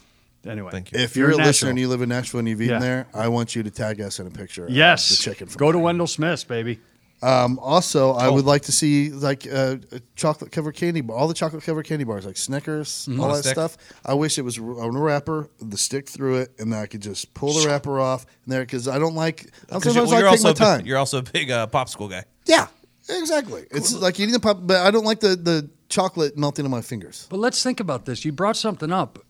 Anyway,
Mm, Thank you.
if you're, a
You're
listener
national.
and you live in Nashville and you've eaten
Yeah.
there, I want you to tag us in a picture. of
Yes,
the chicken. from
go to Oh.
there.
Wendell Smith's, baby.
Um, also, I would like to see like uh, chocolate covered candy bar, all the chocolate covered candy bars, like Snickers,
Mm-hmm.
all
On a
that
stick?
stuff. I wish it was r- on a wrapper, the stick through it, and then I could just pull the wrapper off and there because I don't like. I sometimes
Because you,
like
are
to take
also
my
a big-
time.
you're also a big uh, popsicle guy.
Yeah, exactly. It's like eating the pop, but I don't like the the chocolate melting on my fingers.
But let's think about this. You brought something up.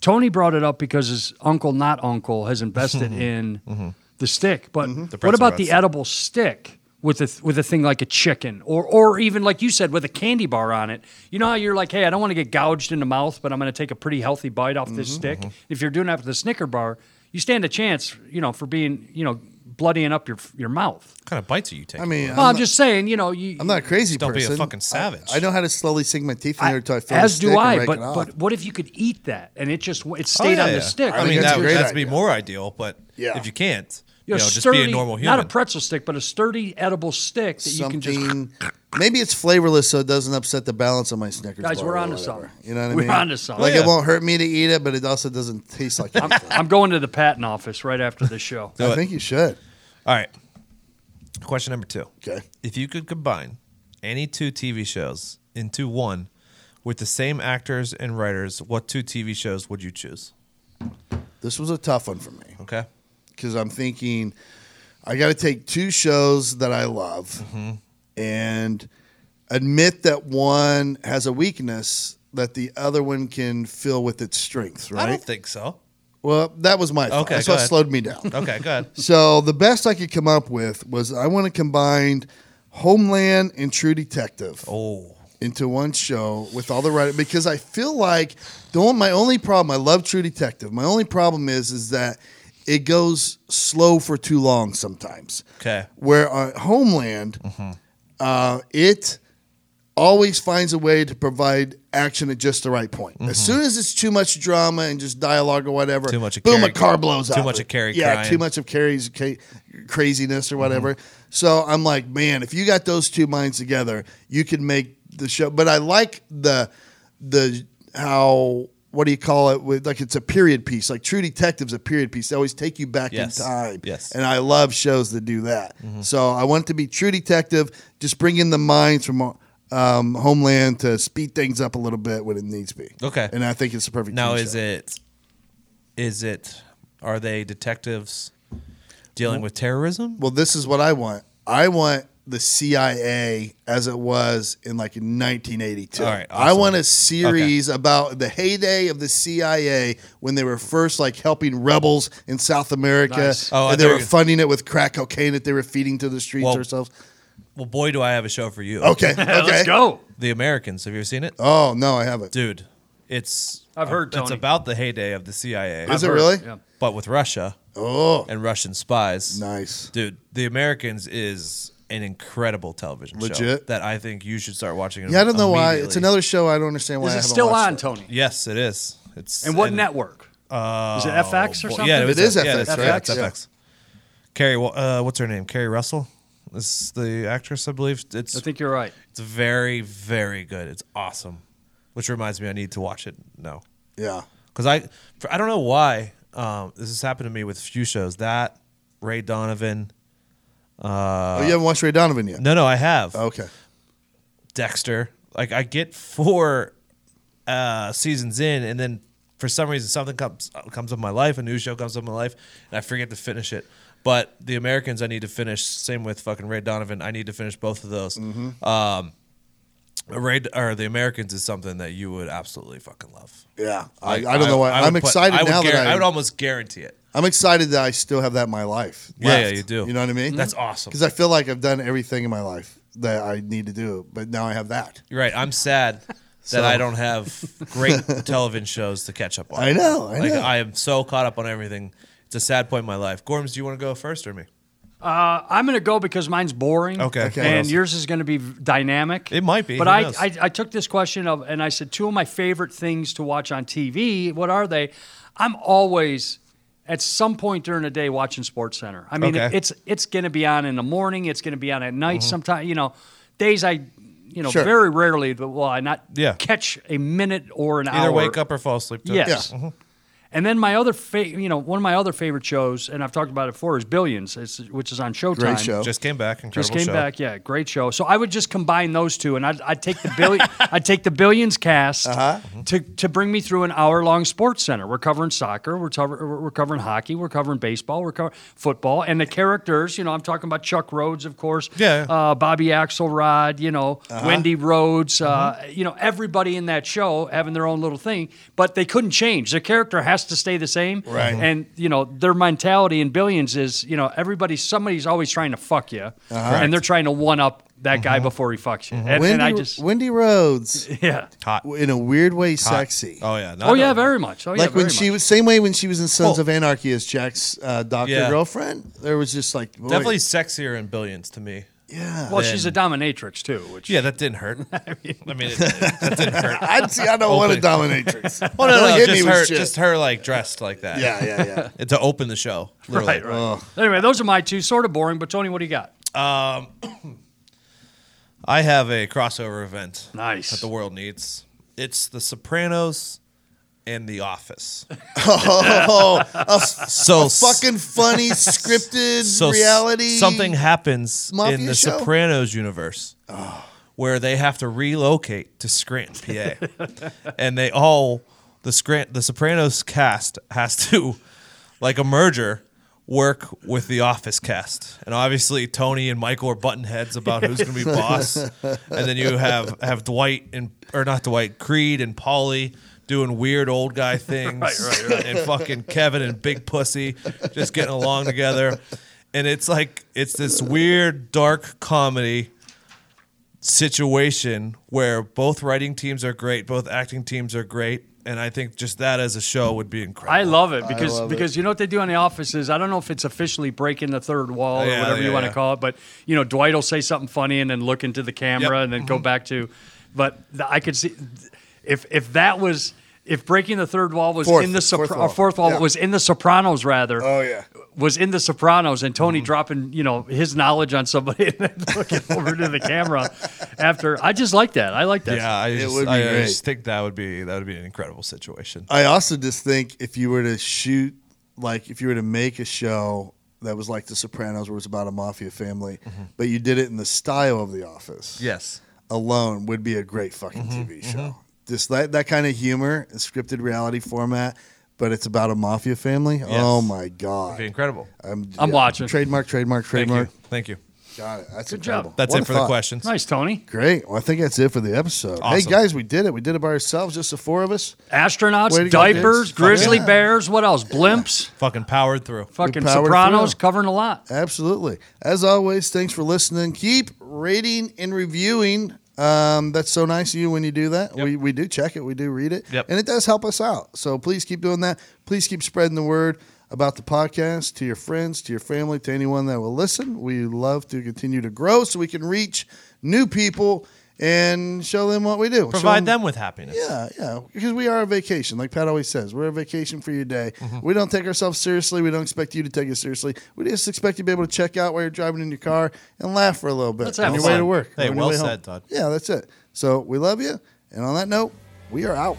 Tony brought it up because his uncle, not uncle, has invested in the stick. But what
pretzel
about the
bites.
edible stick with a th- with a thing like a chicken, or or even like you said, with a candy bar on it? You know how you're like, hey, I don't want to get gouged in the mouth, but I'm going to take a pretty healthy bite off this stick. If you're doing that with a Snicker bar, you stand a chance, you know, for being, you know, bloodying up your your mouth.
What kind of bites are you taking?
I mean,
Well, I'm,
I'm, not,
just saying, you know, you
I'm not a crazy
Don't be a
person.
fucking
I-
savage.
I, know how to slowly sink my teeth in there until I feel
as
the
do
stick
I.
and rake
But
it off.
but what if you could eat that and it just it
Oh,
stayed
yeah,
on
yeah.
the stick?
I
think
mean,
that's
that
a
would
great
that'd be
idea.
more ideal, but
Yeah.
if you can't, you
you
know,
know,
just
sturdy,
be a normal human.
Not a pretzel stick, but a sturdy edible stick that you can just.
something. Maybe it's flavorless, so it doesn't upset the balance of my Snickers.
Guys,
bar
we're
or
onto
whatever.
something.
You know what I
We're
mean?
onto something.
Like
Yeah.
it won't hurt me to eat it, but it also doesn't taste like anything.
I'm going to the patent office right after the show.
I think you should.
All right. Question number two.
Okay.
If you could combine any two TV shows into one with the same actors and writers, what two TV shows would you choose?
This was a tough one for me.
Okay.
because I'm thinking I got to take two shows that I love
Mm-hmm.
and admit that one has a weakness that the other one can fill with its strength,
I
right?
don't think so.
well, that was my thought.
Okay,
That's
go
what
ahead.
slowed me down.
Okay, go ahead.
So the best I could come up with was I want to combine Homeland and True Detective
Oh.
into one show with all the writing because I feel like the one, my only problem. I love True Detective. My only problem is is that it goes slow for too long sometimes.
Okay. Mm-hmm.
Where on Homeland, uh, it always finds a way to provide action at just the right point. As soon as it's too much drama and just dialogue or whatever,
Mm-hmm. Too much of
boom,
Carrie-
a car blows
too
up.
much of Carrie
Yeah,
crying.
too much of Carrie's ca- craziness or whatever. So I'm like, man, if you got those two minds together, you could make the show. But I like the the how what do you call it with like it's a period piece like true detectives a period piece they always take you back
Yes.
in time
Yes. Mm-hmm.
and i love shows that do that so i want it to be true detective just bring in the minds from um, homeland to speed things up a little bit when it needs to be
Okay.
and i think it's the perfect
Now
TV
is
show.
it is it are they detectives dealing with terrorism?
well this is what i want i want the CIA as it was in like 1982.
All right,
I
awesome.
want a series about the heyday of the CIA when they were first like helping rebels in South America
Nice.
Oh, I
and they
thought
were
you-
funding it with crack cocaine that they were feeding to the streets
Well-
ourselves.
Well, boy do I have a show for you.
Okay. Okay.
Let's go.
The Americans, have you ever seen it?
Oh, no, I haven't.
Dude, it's
I've heard,
it's
Tony.
about the heyday of the CIA.
Is it
Or-
really?
yeah.
but with Russia
Oh,
and Russian spies.
nice.
Dude, The Americans is an incredible television show
Legit?
that I think you should start watching.
Yeah, I don't know why. It's
immediately.
another show I don't understand why I
Is it
haven't
still
watched
on,
it.
Tony?
Yes, it is. It's
And what
in-
network? is it FX or
Well,
something?
Yeah, it,
It
is
is FX,
Yeah, that's
right?
yeah, it's
Yeah.
FX. Carrie, Wa- uh, what's her name? Carrie Russell is the actress, I believe. It's
I think you're right.
it's very very good. It's awesome. Which reminds me, I need to watch it now.
Yeah.
because I for, I don't know why um, this has happened to me with a few shows that Ray Donovan.
oh, you haven't watched Ray Donovan yet?
Uh, No, no, I have
Okay.
Dexter. Like I get four uh, seasons in, and then for some reason something comes comes up in my life, a new show comes up in my life, and I forget to finish it. But The Americans, I need to finish. Same with fucking Ray Donovan. I need to finish both of those.
Mm-hmm.
Um, Ray or The Americans is something that you would absolutely fucking love.
Yeah. I,
Like,
I don't know why. I am
would put-
excited
I would
now that
guar-
I,
I would almost guarantee it.
I'm excited that I still have that in my life.
Yeah, yeah,
left.
you do.
You know what I
Mm-hmm.
mean?
That's awesome.
Because I feel like I've done everything in my life that I need to do, but now I have that.
You're right. I'm sad that I don't have great television shows to catch up on.
I know, I
Like,
know.
I am so caught up on everything. It's a sad point in my life. Gorms, do you want to go first or me?
I'm going to go because mine's boring.
Okay. Okay.
What
And
else?
yours is going to be v- dynamic.
It might be.
But
Who
I,
knows?
I, I took this question of, and I said, two of my favorite things to watch on TV. What are they? I'm always at some point during the day watching Sports Center. I mean,
Okay. Mm-hmm.
it- it's it's going to be on in the morning. It's going to be on at night. Sometimes, you know, days I, you know,
Sure.
very rarely will I not
Yeah.
catch a minute or an
Either
hour.
wake up or fall asleep. To it.
Yes. And then my other, fa- you know, one of my other favorite shows, and I've talked about it before, is Billions, it's, which is on Showtime.
Great show.
Just came back. Incredible
Just came
show.
back, yeah, great show. So I would just combine those two, and I'd, I'd take the billion, I'd take the billions cast to to bring me through an hour long sports center. We're covering soccer, we're, cover, we're covering hockey, we're covering baseball, we're covering football, and the characters. You know, I'm talking about Chuck Rhodes, of course.
Yeah.
Uh, Bobby Axelrod, you know, Wendy Rhodes, uh, you know, everybody in that show having their own little thing, but they couldn't change. Their character has to stay the same,
Right.
And you know, their mentality in billions is, you know, everybody's somebody's always trying to fuck you, and they're trying to one up that guy before he fucks you. And, and
Mm-hmm. Wendy,
I just,
Wendy Rhodes,
yeah,
Hot.
in a weird way, sexy.
Oh yeah. No,
oh
no.
yeah, very much. Oh yeah,
like when
very
she
much.
was same way when she was in Sons
Well-
of Anarchy as Jack's uh, doctor
Yeah.
girlfriend. There was just like boy,
Definitely sexier in Billions to me.
yeah.
Well, she's a dominatrix too, which
Yeah, that didn't hurt. I mean, it, that didn't hurt.
I'd see. I don't want a
Open.
dominatrix.
Oh no,
Don't
no,
hit me
just
with
her,
shit.
just her like dressed like that.
Yeah, yeah, yeah.
To open the show, literally.
right, right. Anyway, those are my two, sort of boring. But Tony, what do you got?
I have a crossover event
Nice.
that the world needs. It's The Sopranos and The Office.
oh, a f-
So
fucking funny scripted
so s-
reality.
Something happens
mafia
in the
show? Oh.
Sopranos universe where they have to relocate to Scranton, PA, and they all the Scrant the Sopranos cast has to like a merger work with the office cast and obviously tony and michael are button heads about who's going to be boss and then you have have dwight and or not dwight creed and polly doing weird old guy things
right, right.
and fucking kevin and big pussy just getting along together and it's like it's this weird dark comedy situation where both writing teams are great both acting teams are great and i think just that as a show would be incredible
I love it because because you know what they do in the office is I don't know if it's officially breaking the third wall or
Yeah,
whatever you
yeah,
want to
yeah.
call it, but you know Dwight will say something funny and then look into the camera
Yep.
and then go back to, but th- I could see if if that was if breaking the third wall was
Fourth-
in the Sopra-
fourth
or
wall.
fourth wall
Yeah.
was in the Sopranos rather
Oh, yeah.
was in the Sopranos and Tony dropping you know his knowledge on somebody and then looking over to the camera after I just like that I like that
Yeah, I just,
would be
I,
great.
just think that would be that would be an incredible situation.
I also just think if you were to shoot, like if you were to make a show that was like The Sopranos, where it's about a mafia family,
Mm-hmm.
but you did it in the style of The Office,
Yes.
alone would be a great fucking
Mm-hmm.
TV show. Just that that kind of humor, a scripted reality format, but it's about a mafia family. Oh my
It'd be
god!
incredible.
I'm,
I'm watching.
Trademark, trademark,
Thank you.
trademark.
Thank you.
Got it. That's
Good job.
incredible.
That's
What
it
a
for the
thought.
questions.
nice Tony
Great. Well, I think that's it for the episode. Hey
Awesome.
guys, we did it. We did it by ourselves, just the four of us. Way to
astronauts
go, dudes.
diapers
Fuck
grizzly
yeah.
bears what else blimps.
Fucking powered through.
Fucking
powered
Sopranos
through.
covering a lot.
Absolutely. As always, thanks for listening. Keep rating and reviewing. Um, that's so nice of you when you do that. We, we do check it, we do read it,
Yep.
and it does help us out. So please keep doing that. Please keep spreading the word about the podcast to your friends, to your family, to anyone that will listen. We love to continue to grow so we can reach new people and show them what we do. Show
Provide them with happiness.
yeah, yeah. Because we are a vacation, like Pat always says. We're a vacation for your day.
Mm-hmm.
We don't take ourselves seriously. We don't expect you to take us seriously. We just expect you to be able to check out while you're driving in your car and laugh for a little bit
Let's
on
have
your
fun.
way to work. on
Hey,
your
well
way home.
said, Todd.
Yeah, that's it. So we love you. And on that note, we are out.